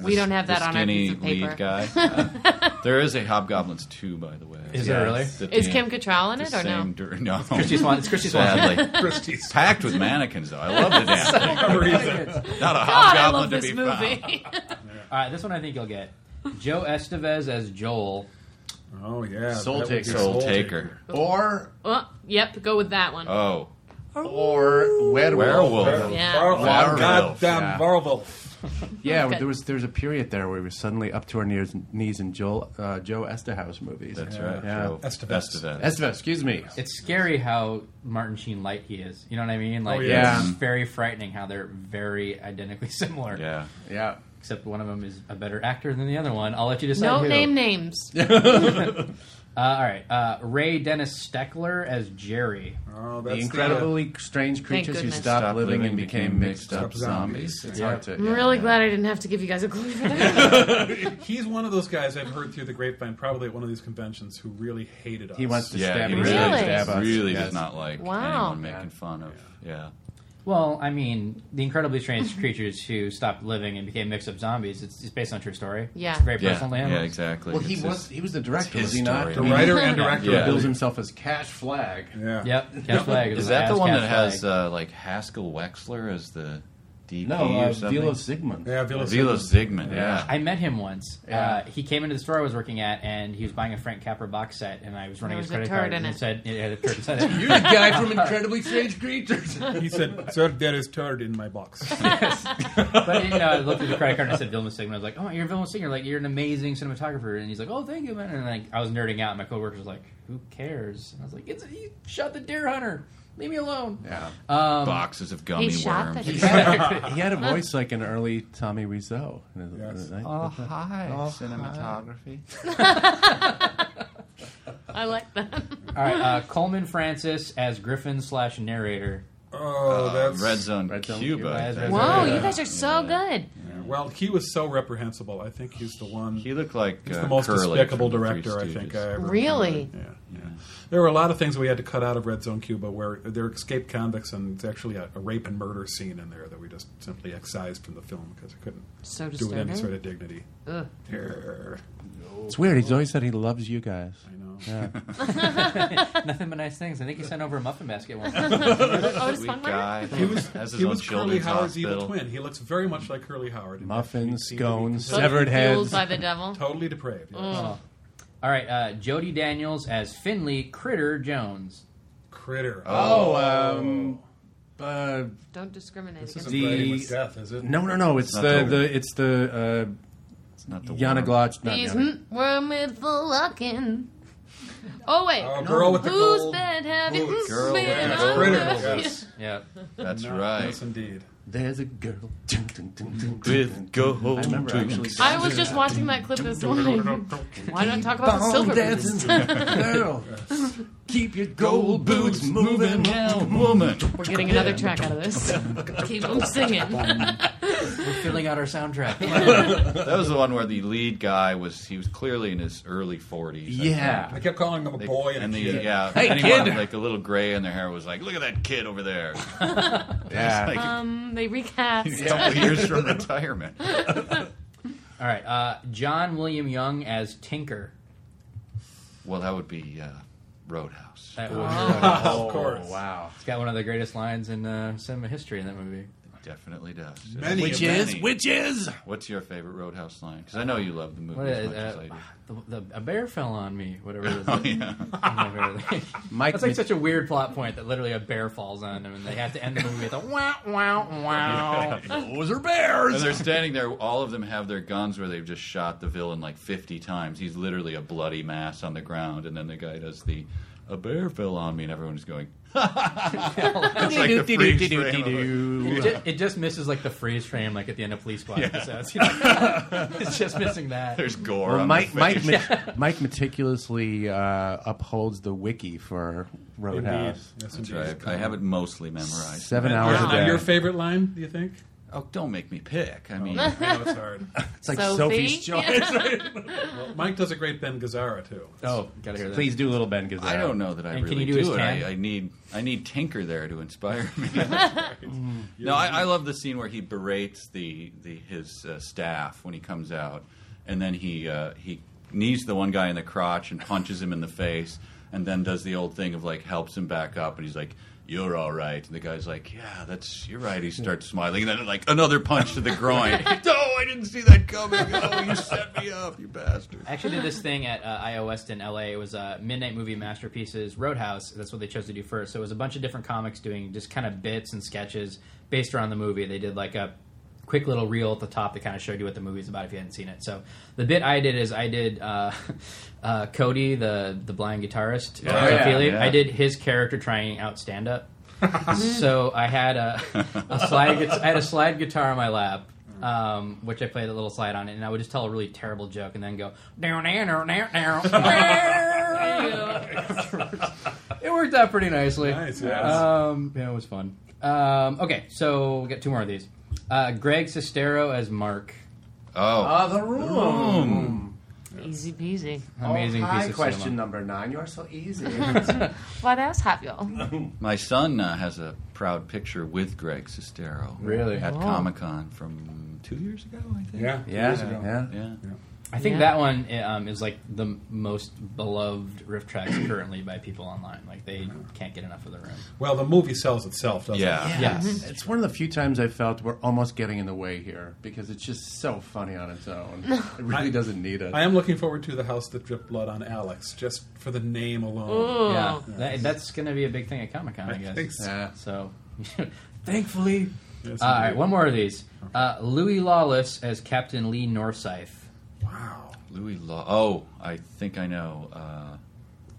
H: We don't have that
F: the
H: on our piece
F: skinny
H: of paper.
F: lead guy. Uh, there is a Hobgoblins two, by the way.
C: Is there really?
F: That
H: Is
F: the-
H: Kim Cattrall in
F: the
H: it or no?
F: same dir- no?
C: Christy Swan. It's Christy Swan.
F: Sadly,
G: Christie's.
F: packed with mannequins though. I love the damn thing. Not a
H: God, I love
F: hobgoblin to
H: this
F: be
H: movie.
F: found.
C: All right, this one I think you'll get. Joe Estevez as Joel.
G: Oh yeah,
E: Soul
G: that would be
E: Taker.
F: Soul Taker.
E: Or
H: well, yep, go with that one.
F: Oh,
E: or werewolf.
F: werewolf.
H: Yeah.
G: Varvel.
F: Varvel.
G: Goddamn
E: Yeah.
G: Varvel.
E: Yeah,
H: Okay.
E: there was there was a period there where we were suddenly up to our knees, knees in Joel, uh, Joe Estehouse movies.
F: That's right.
E: Yeah.
F: Joe
G: Estevez.
F: Estevez.
E: Estevez, excuse me.
C: It's scary how Martin Sheen light he is. You know what I mean? Like,
G: Oh, yeah.
C: it's very frightening how they're very identically similar.
F: Yeah.
E: Yeah.
C: Except one of them is a better actor than the other one. I'll let you decide.
H: No
C: who.
H: name names.
C: Uh, all right. Uh, Ray Dennis Steckler as Jerry.
G: Oh,
E: The
G: that's
E: incredibly strange creatures who
H: goodness.
E: stopped,
F: Stopped
E: living and
F: living,
E: became
F: became
E: mixed up
G: mixed up
E: zombies.
G: zombies.
E: It's
C: Yeah.
E: hard to.
H: I'm
E: yeah.
H: really glad I didn't have to give you guys a clue for that.
G: uh, he's one of those guys I've heard through the grapevine, probably at one of these conventions, who really hated us.
E: He wants to
F: Yeah,
E: stab
F: he
E: us.
F: really,
H: Really?
E: stab us.
F: really
E: yes.
F: does not like
H: Wow.
F: anyone making fun of. Yeah.
C: Well, I mean, the incredibly strange creatures who stopped living and became mixed up zombies. It's, it's based on a true story.
H: Yeah.
C: It's very
F: Yeah,
C: personal to him.
F: yeah, exactly.
E: Well, he
F: It's
E: was
F: just-
E: he was the director,
F: his
E: was he not?
F: story.
G: the writer and
H: Yeah.
G: director.
F: Yeah.
E: He bills himself as Cash Flag.
G: Yeah.
C: Yep. Cash flag.
F: Is that the one that has uh, like Haskell Wexler as the DP
E: No,
F: or
E: uh,
F: something?
E: Vilo Sigmund.
G: Yeah, Vila
F: Vilo
G: Sigmund.
F: Zygmunt. Yeah.
C: I met him once.
E: Yeah.
C: Uh, he came into the store I was working at, and he was buying a Frank Capra box set, and I was running
H: There
C: his
H: was a
C: credit
H: turd
C: card,
H: in
C: and
H: it.
C: it said, "It had a turd inside it."
E: You're the guy from Incredibly Strange Creatures.
G: He said, "Sir, there is turd in my box."
C: But you know, I looked at the credit card and I said Vilma Sigmund. I was like, "Oh, you're Vilma Sigmund. Like, you're an amazing cinematographer." And he's like, "Oh, thank you, man." And like, I was nerding out, and my coworker was like, "Who cares?" And I was like, "It's he shot the deer hunter. Leave me alone."
E: yeah. Uh,
F: Boxes of gummy
H: he Um, shot
F: worms.
H: the
E: he had a voice like an early Tommy Wiseau.
G: Yes.
F: Oh, hi, cinematography.
H: I like that.
C: All right, uh, Coleman Francis as Griffin slash narrator.
G: Oh, that's
F: Uh, Red Zone
E: Red Zone Cuba.
F: Cuba.
C: As Red
H: Whoa, you guys are so good.
G: Well, he was so reprehensible. I think he's the one.
F: He looked like
G: He's
F: uh,
G: the most
F: Curly
G: despicable
F: from the Three
G: director I think uh,
F: Stooges.
G: I ever
H: Really?
G: Yeah, yeah. There were a lot of things we had to cut out of Red Zone Cuba where there are escaped convicts and it's actually a, a rape and murder scene in there that we just simply excised from the film because we couldn't
H: So
G: do it any
H: disturbing.
G: sort of dignity.
H: Ugh. Oh,
G: Err,
E: It's weird. He's always said he loves you guys.
G: I know.
C: Nothing but nice things. I think he sent over a muffin basket once. All
H: Oh,
F: Sweet
H: it's fun, Mark?
F: guy.
G: He was,
F: Has his
G: he
F: own
G: was Curly
F: children's
G: Howard's evil
F: hospital.
G: twin. He looks very much like Curly Howard. He seemed
E: Muffins,
G: to be
E: scones,
G: completely-
E: severed
H: Fueled
E: heads.
H: by the devil.
G: Totally depraved. yes.
C: All right, uh, Jody Daniels as Finley Critter Jones.
G: Critter.
E: Oh, um, uh,
H: Don't discriminate
G: this
H: against
G: isn't
E: the-
G: writing with death, is it?
E: no, no, no. It's
F: Not
E: the,
F: the-
E: the it's the
F: It's not
E: uh,
F: the
E: Yana
F: worm.
E: Glotch. Not
H: these
E: Jana.
H: m- women for looking. Oh wait,
G: Oh, girl with the
H: whose
G: gold
H: bed have you
G: boots.
F: Girl with
H: been
F: the
G: That's
F: gold
H: under?
F: boots.
G: Critter. Yes.
C: Yeah.
F: That's
G: No,
F: right.
G: Yes, indeed.
E: There's a girl dun, dun, dun, dun, dun,
F: With
E: dun.
F: go home
E: I remember actually.
D: I was just watching that clip this morning. Why not talk about the
E: Ball
D: silver
E: dancing
D: boots?
E: girl. Keep your gold boots moving.
F: now, woman.
D: We're getting another track out of this. Keep them singing.
C: We're filling out our soundtrack.
F: That was the one where the lead guy was. He was clearly in his early forties.
E: Yeah.
G: I kept calling him a
F: They-
G: boy and, a
F: the,
G: kid.
F: yeah,
E: Hey,
F: anyone
E: kid!
F: like a little gray in their hair was like, "Look at that kid over there."
E: Yeah.
F: Like
D: Um, they recast.
F: a couple years from retirement.
C: All right, uh, John William Young as Tinker.
F: Well, that would be uh, Roadhouse.
C: That
G: of course.
E: Oh, Wow.
C: It's got one of the greatest lines in uh, cinema history in that movie.
F: Definitely does.
G: Many
E: Which
G: of them.
E: is which is
F: What's your favorite Roadhouse line? Because I know you love the movie
C: What
F: as
C: is,
F: much as
C: uh,
F: I do.
C: the, the, a bear fell on me, whatever it is.
F: Oh, yeah.
C: I don't know, really.
E: Mike
C: That's like
E: Mitch-
C: such a weird plot point that literally a bear falls on him and they have to end the movie with a wow, wow, wow.
E: Oh, Those are bears.
F: And they're standing there. All of them have their guns where they've just shot the villain like 50 times. He's literally a bloody mass on the ground. And then the guy does the, a bear fell on me, and everyone is going, it's like the freeze frame of it.
C: It, ju- it just misses like the freeze frame, like at the end of Police Squad episodes. You know? it's just missing that.
F: There's gore.
E: Well,
F: on
E: Mike,
F: the
E: Mike,
F: face.
E: Mike, Mike meticulously uh, upholds the wiki for
G: Indeed.
E: Roadhouse.
G: Yes,
F: That's
G: indeed.
F: right. I have it mostly memorized.
E: Seven
G: And
E: hours
G: your-
E: a day.
G: Your favorite line, do you think?
F: Oh, don't make me pick. I mean,
G: I know it's hard.
E: It's like
D: Sophie?
E: Sophie's choice.
G: Well, Mike does a great Ben Gazzara, too.
C: Oh, gotta hear that.
E: Please do little Ben Gazzara.
F: I don't know that I
C: And can
F: really
C: you do his
F: it.
C: tan?
F: I, I need I need Tinker there to inspire me. no, I, I love the scene where he berates the the his uh, staff when he comes out, and then he uh, he knees the one guy in the crotch and punches him in the face, and then does the old thing of like helps him back up, and he's like. You're all right, and the guy's like, "Yeah, that's you're right." He starts smiling, and then like another punch to the groin. no, I didn't see that coming. Oh, you set me up, you bastard.
C: I actually did this thing at uh, iOS in LA. It was uh, Midnight Movie Masterpieces Roadhouse. That's what they chose to do first. So it was a bunch of different comics doing just kind of bits and sketches based around the movie. They did like a quick little reel at the top that kind of showed you what the movie's about if you hadn't seen it. So the bit I did is I did uh, uh, Cody, the the blind guitarist,
F: Yeah.
C: uh,
E: Oh, yeah,
C: Ophelia.
F: yeah.
C: I did his character trying out stand up. so I had a, a slide. guit- I had a slide guitar on my lap, um, which I played a little slide on it, and I would just tell a really terrible joke and then go down down down down. It worked out pretty nicely.
G: Nice, yes.
C: Um, yeah, it was fun. Um, okay, so we got two more of these. Uh, Greg Sestero as Mark.
F: Oh,
E: Uh, the room.
D: Easy peasy.
C: Amazing
E: oh, hi,
C: piece of
E: question
C: cinema.
E: number nine. You're so easy.
H: Why that's hot, y'all.
F: My son uh, has a proud picture with Greg Sestero.
C: Really?
F: At Comic Con from two years ago, I think.
G: Yeah.
E: yeah,
G: years ago.
E: yeah.
F: Yeah.
C: I think
D: Yeah.
C: that one eh, um, is like the m- most beloved riff tracks currently by people online. Like they
E: Uh-huh.
C: can't get enough of the room.
G: Well, the movie sells itself, doesn't
F: Yeah.
G: it?
C: Yes.
E: It's one of the few times I felt we're almost getting in the way here because it's just so funny on its own. It really doesn't need us.
G: I am looking forward to The House That Dripped Blood on Alex, just for the name alone.
C: Yeah, that, that's going to be a big thing at Comic Con, I,
G: I
C: guess.
G: think so.
E: Yeah.
C: So, thankfully.
G: Yes,
C: All right,
G: indeed.
C: one more of these. Uh, Louis Lawless as Captain Lee Norsythe.
G: Wow.
F: Louis Law. Oh, I think I know. Uh,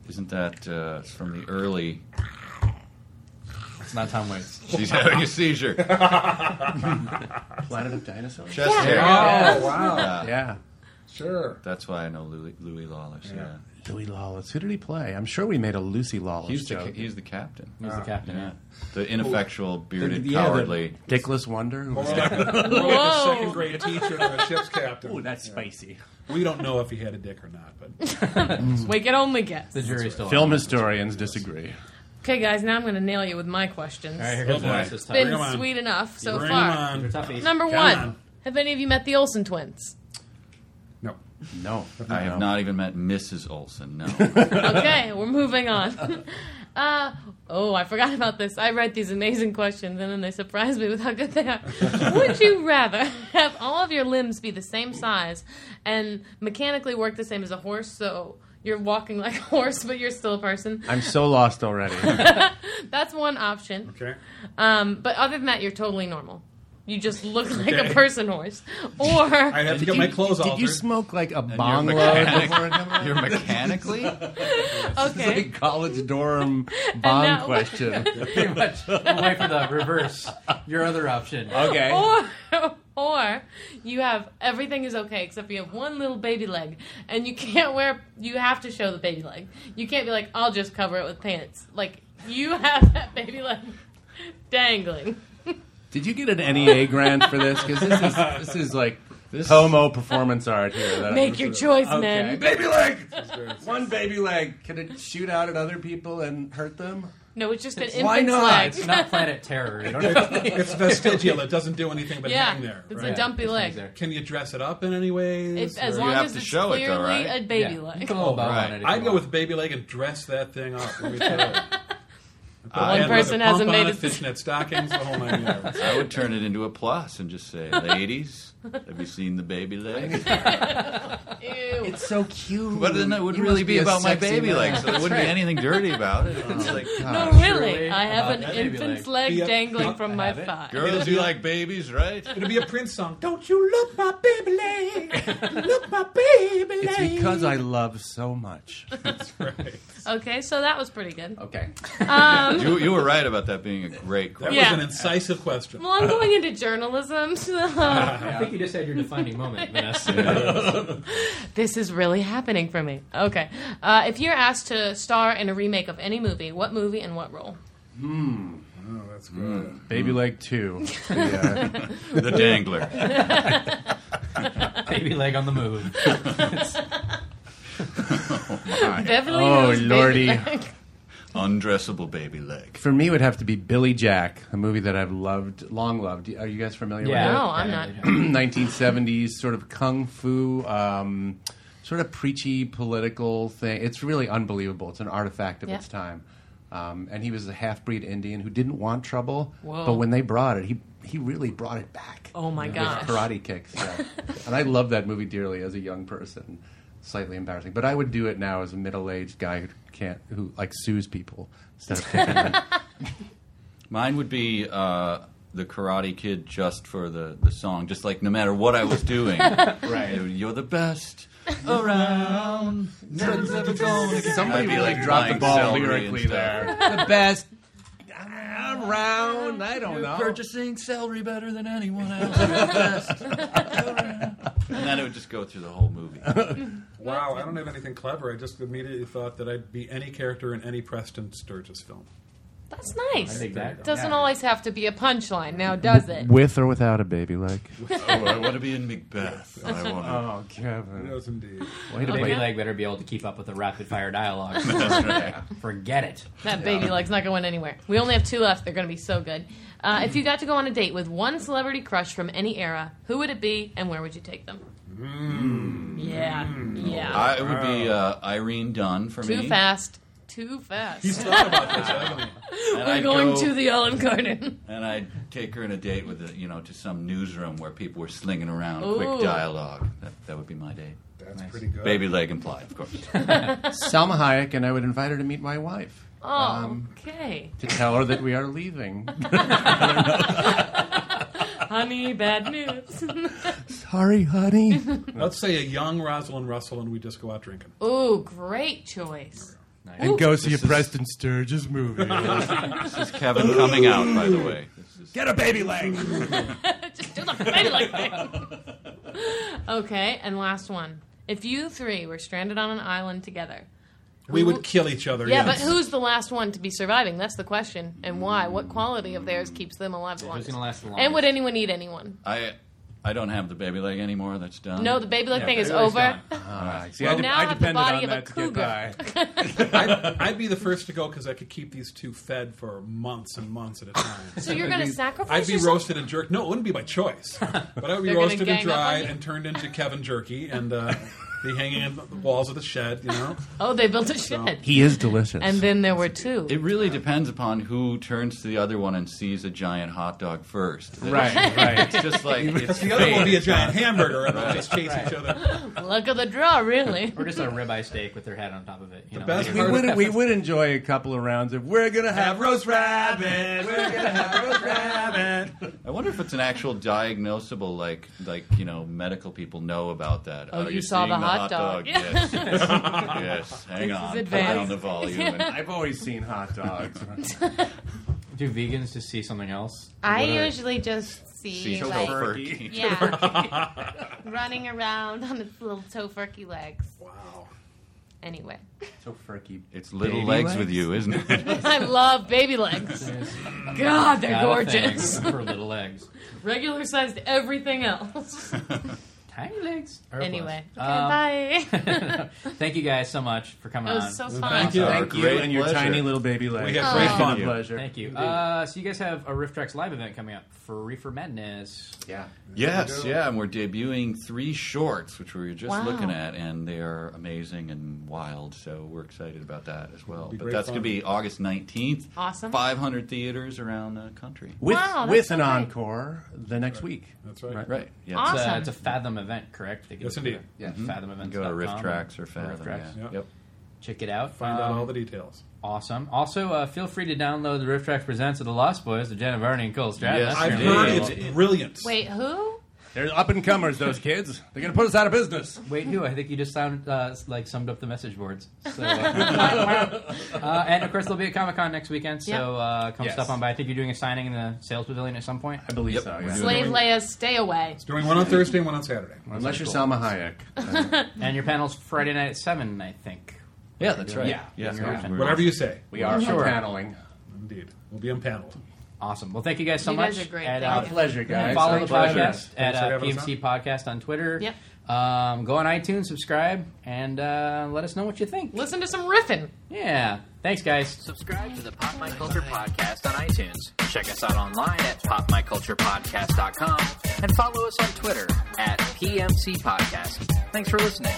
F: isn't that uh, it's from the early?
C: It's not Tom Waits.
F: She's having a seizure. Chest
E: Planet of Dinosaurs.
F: hair.
G: Oh, wow.
F: Yeah.
E: yeah.
G: Sure.
F: That's why I know Louis, Louis Lawless. Yeah.
E: Louis Lawless. Who did he play? I'm sure we made a Lucy Lawless
F: He's the
E: joke.
F: ca- he's the captain.
C: He's
G: Ah,
C: the captain.
F: Yeah.
C: Yeah.
F: The ineffectual, bearded,
E: The- yeah, the-
F: cowardly.
E: Dickless Wonder. who was-
G: Whoa. second grade teacher and a ship's captain.
E: Ooh, that's spicy.
G: We don't know if he had a dick or not, but
D: We can only guess.
C: The jury's still
E: Film historians disagree.
H: Okay, guys, now I'm going to nail you with my questions.
C: out. All right, here
G: Oh,
C: comes the
G: boy.
C: rest this
H: Been
C: time.
G: Bring 'em on.
H: sweet enough so
G: bring him
H: far.
C: They're
G: on.
C: tough eight.
H: Number
G: Come
H: one,
G: on.
H: have any of you met the Olsen twins?
G: No.
E: No.
F: I have not even met Mrs. Olson. No.
H: Okay, we're moving on. Uh, oh, I forgot about this. I read these amazing questions and then they surprised me with how good they are. Would you rather have all of your limbs be the same size and mechanically work the same as a horse so
D: You're walking like a horse, but you're still a person.
E: I'm so lost already.
D: That's one option.
G: Okay.
D: Um, but other than that, you're totally normal. You just look like
G: Okay.
D: a person horse. Or
G: I have
F: Did
G: to get
F: you-
G: my clothes
E: Did
G: altered.
E: you smoke like a
F: And
E: bong
F: you're,
E: load
F: mechanic-
E: before it came out?
F: you're mechanically.
E: It's
D: okay.
E: like college dorm bong
D: now-
E: question.
C: Pretty much away for the reverse. Your other option.
E: Okay.
D: Or, or you have everything is okay except you have one little baby leg, and you can't wear. You have to show the baby leg. You can't be like, I'll just cover it with pants. Like you have that baby leg dangling.
E: Did you get an NEA grant for this? Because this is this is like
F: This
E: homo performance art here. That-
D: Make your choice,
E: okay.
D: man.
E: Baby leg. One baby leg. Can it shoot out at other people and hurt them?
D: No, it's just an
E: Why
D: infant's
E: not?
D: leg.
C: It's not Planet Terror. You don't have to
G: it's vestigial. It doesn't do anything but
D: yeah,
G: hang there.
D: it's
G: right?
D: a dumpy leg.
C: there.
G: Can you dress it up in any ways?
D: It's as
G: or-
D: long
F: have
D: as
F: to
D: it's
F: show it,
D: clearly
F: though, right?
D: a baby
C: yeah. You
D: leg.
C: can put a little bow
F: Right.
C: on it. if
G: I'd
C: you
G: go
C: want.
G: with baby leg and dress that thing up. Let me tell you.
F: I
D: One
F: would-
D: person
G: Pump
D: hasn't
G: on
D: made
G: it,
D: it.
G: Fishnet stockings, the whole nine yards.
F: I would turn it into a plus and just say, "Ladies, have you seen the baby leg?"
D: Ew.
E: It's so cute.
F: But then it would
E: You
F: really
E: must
F: be,
E: a
F: about my
E: sexy
F: baby
E: man.
F: leg, so there wouldn't be anything dirty about it. Oh, It's like,
D: No,
F: gosh,
D: really.
C: surely
D: I have an
C: about that baby
D: infant's
G: leg.
D: leg
G: Yeah.
D: dangling
C: I
D: from my
C: have it.
D: thigh.
F: girls, you like babies, right?
G: It'd be a Prince song. Don't you look my baby leg? Look my baby leg.
E: It's because I love so much.
G: Right.
D: Okay, so that was pretty good.
E: Okay.
F: You, you were right about that being a great
G: That
F: question.
D: Yeah.
G: was an incisive question.
D: Well, I'm going into journalism, so
C: I think you just had your defining moment, Vanessa.
D: this is really happening for me. Okay. Uh, if you're asked to star in a remake of any movie, what movie and what role?
G: Oh, that's good.
E: Baby leg two. Yeah.
F: The dangler.
C: Baby leg on the move.
D: Beverly
E: oh
D: Hills Baby
E: lordy.
D: Leg.
F: Undressable baby leg.
E: For me, it would have to be Billy Jack, a movie that I've loved, long loved. Are you guys familiar with it?
D: No, I'm not.
E: nineteen seventies sort of kung fu, um, sort of preachy political thing. It's really unbelievable. It's an artifact of
D: Yeah.
E: its time. Um, and he was a half breed Indian who didn't want trouble,
D: Whoa.
E: but when they brought it, he he really brought it back.
D: Oh my
E: with
D: gosh.
E: Karate kicks. Yeah. and I love that movie dearly as a young person. Slightly embarrassing, but I would do it now as a middle-aged guy who can't, who like sues people instead of taking them.
F: Mine would be uh, the Karate Kid just for the, the song, just like no matter what I was doing. right. You're the best around. Nothing's ever gonna get-"
E: Somebody
F: I'd be,
E: really
F: like,
E: dropped the
F: buying
E: ball
F: celery and
E: lyrically
F: stuff.
E: there. the best around. I don't know.
F: Purchasing celery better than anyone else. You're the best around. and then it would just go through the whole movie.
G: Wow, I don't have anything clever. I just immediately thought that I'd be any character in any Preston Sturges film.
D: That's nice.
C: think that-
D: Doesn't always have to be a punchline now, does it?
E: With or without a baby leg.
F: oh, I want to be in Macbeth. I want to.
E: Oh, Kevin.
G: Yes, indeed.
E: Way to
C: Baby
E: play.
C: leg better be able to keep up with the rapid fire dialogue. Or Forget it.
D: That baby leg's not going anywhere. We only have two left. They're going to be so good. Uh, if you got to go on a date with one celebrity crush from any era, who would it be and where would you take them? Yeah. Yeah.
F: I, it would be uh, Irene Dunn for me.
D: Too fast. Too fast.
G: Thought about this, haven't you?
F: And
D: We're
F: I'd
D: going
F: go-
D: to the Olive Garden.
F: And I'd take her on a date with, a, you know, to some newsroom where people were slinging around quick
D: Ooh.
F: dialogue. That, that would be my date.
G: That's pretty good.
F: Baby leg implied, of course.
E: Selma Hayek, and I would invite her to meet my wife
D: Oh, okay.
E: to tell her that we are leaving.
D: Honey, bad news.
E: Sorry, honey.
G: Let's say a young Rosalind Russell and we just go out drinking.
D: Ooh, great choice.
E: and go see a Preston Sturges movie.
F: this is Kevin coming out, by the way. This is
E: Get a baby leg.
D: Just do the baby leg thing. okay, and last one. If you three were stranded on an island together,
G: We would kill each other.
D: Yeah,
G: yes.
D: but who's the last one to be surviving? That's the question. And why? What quality of theirs keeps them alive the
C: Who's
D: longest?
C: going to last the longest?
D: And would anyone eat anyone?
F: I, I don't have the baby leg anymore. That's done.
D: No, the baby leg thing is
C: baby leg's
D: over.
E: see, I, de-
D: now
E: I
D: have the
E: depended
D: body
E: on
D: of a
E: that to get
D: cougar.
E: by.
G: I'd, I'd be the first to go because I could keep these two fed for months and months at a time.
D: So you're going to
G: I'd
D: sacrifice
G: be
D: yourself?
G: roasted and jerked. No, it wouldn't be by choice, but I would be
D: They're gonna
G: roasted and
D: gang up on
G: dried
D: you?
G: and turned into Kevin jerky, and uh, be hanging in the walls of the shed, you know?
H: Oh, they built a shed.
E: He is delicious.
H: and then there were two.
F: It really depends upon who turns to the other one and sees a giant hot dog first.
E: right, right.
F: It's just like it's
G: The other one will
F: fate.
G: be a giant hamburger, and they'll just chase each other.
H: Luck of the draw, really.
C: Or just a ribeye steak with their head on top of it. You know?
G: best
E: We would, we would enjoy a couple of rounds if we're gonna have roast rabbit. We're gonna have roast rabbit.
F: I wonder if it's an actual diagnosable, like like you know, medical people know about that.
H: Oh, you saw the hot dog.
F: Yes, yes, yes. Hang on, put down
H: advanced.
F: the volume. And
E: I've always seen hot dogs.
C: Do vegans just see something else?
J: I
C: What are-
J: usually just see,
F: see
J: like,
F: tofurkey.
J: yeah, running around on its little tofurkey legs.
G: Wow.
J: Anyway,
E: so furky.
F: It's little
E: Baby
F: legs,
E: legs?
F: with you, isn't it?
H: I love baby legs. God, they're
C: Got a thing
H: gorgeous.
C: for little legs.
H: Regular sized everything else.
C: Tiny legs. Or
H: Anyway.
C: plus. Um,
J: bye.
C: thank you guys so much for coming
H: It
C: on.
H: was so fun.
G: Thank you.
E: Thank you
F: great
E: and your
F: pleasure.
E: tiny little baby legs.
G: We had great fun.
E: It's a pleasure.
C: Thank you. Uh, so you guys have a Rift Tracks live event coming up for Reefer Madness.
E: Yeah.
F: yes, yeah, and we're debuting three shorts, which we were just
H: Wow.
F: looking at, and they are amazing and wild. So we're excited about that as well.
G: be
F: But
G: great
F: that's
G: fun.
F: going to be August nineteenth.
H: Awesome.
F: 500 theaters around the country.
E: With
H: Wow, that's
E: with
H: so
E: an
H: great.
E: encore the next week.
G: That's right.
F: Right. Yeah.
H: Awesome.
C: It's a, it's a Fathom event, correct? They can
G: Yes,
C: go
G: indeed.
C: to Fathom
F: Go to Rift Tracks or Fathom.
C: Rift Tracks.
F: Yeah.
G: Yep.
F: Yep.
C: Check it out.
G: Find out
C: Um,
G: all the details.
C: Awesome. Also, uh, feel free to download the Rift Tracks Presents of the Lost Boys, the Jenna Varney and Cole Stratton.
F: Yes,
C: That's
G: I've
C: gonna
G: heard
C: be-
G: it's brilliant.
H: Wait, who?
E: They're up and comers, those kids. They're gonna put us out of business.
C: Wait, who? I think you just sound uh, like summed up the message boards. So, uh, uh, and of course, they'll be at Comic Con next weekend, so
H: Yep.
C: uh, come
E: Yes.
C: stop on by. I think you're doing a signing in the sales pavilion at some point.
E: I believe
F: Yep,
E: so.
F: we're
E: yeah.
F: doing
H: Slave Leia, stay away.
G: Doing one on Thursday and one on Saturday.
E: Unless you're Selma Hayek.
C: And your panel's Friday night at seven, I think.
F: Yeah, that's right.
C: Yeah.
F: yeah.
C: Yeah.
F: We're-
G: Whatever you say.
E: we are
C: Sure.
E: paneling.
G: Indeed. We'll be impaneled.
C: Awesome. Well, thank you guys so
H: You
C: much.
H: guys are great.
C: And,
H: Thank
C: uh,
H: you.
E: Pleasure, guys.
C: follow
E: Our
C: the
E: pleasure.
C: podcast at
G: Thanks for
C: uh,
G: having us
C: PMC Podcast on Twitter.
H: Yep.
C: Um, go on iTunes, subscribe, and uh, let us know what you think.
H: Listen to some riffing.
C: Yeah. Thanks, guys.
B: Subscribe to the Pop My Culture Podcast on iTunes. Check us out online at popmyculturepodcast.com and follow us on Twitter at PMC Podcast. Thanks for listening.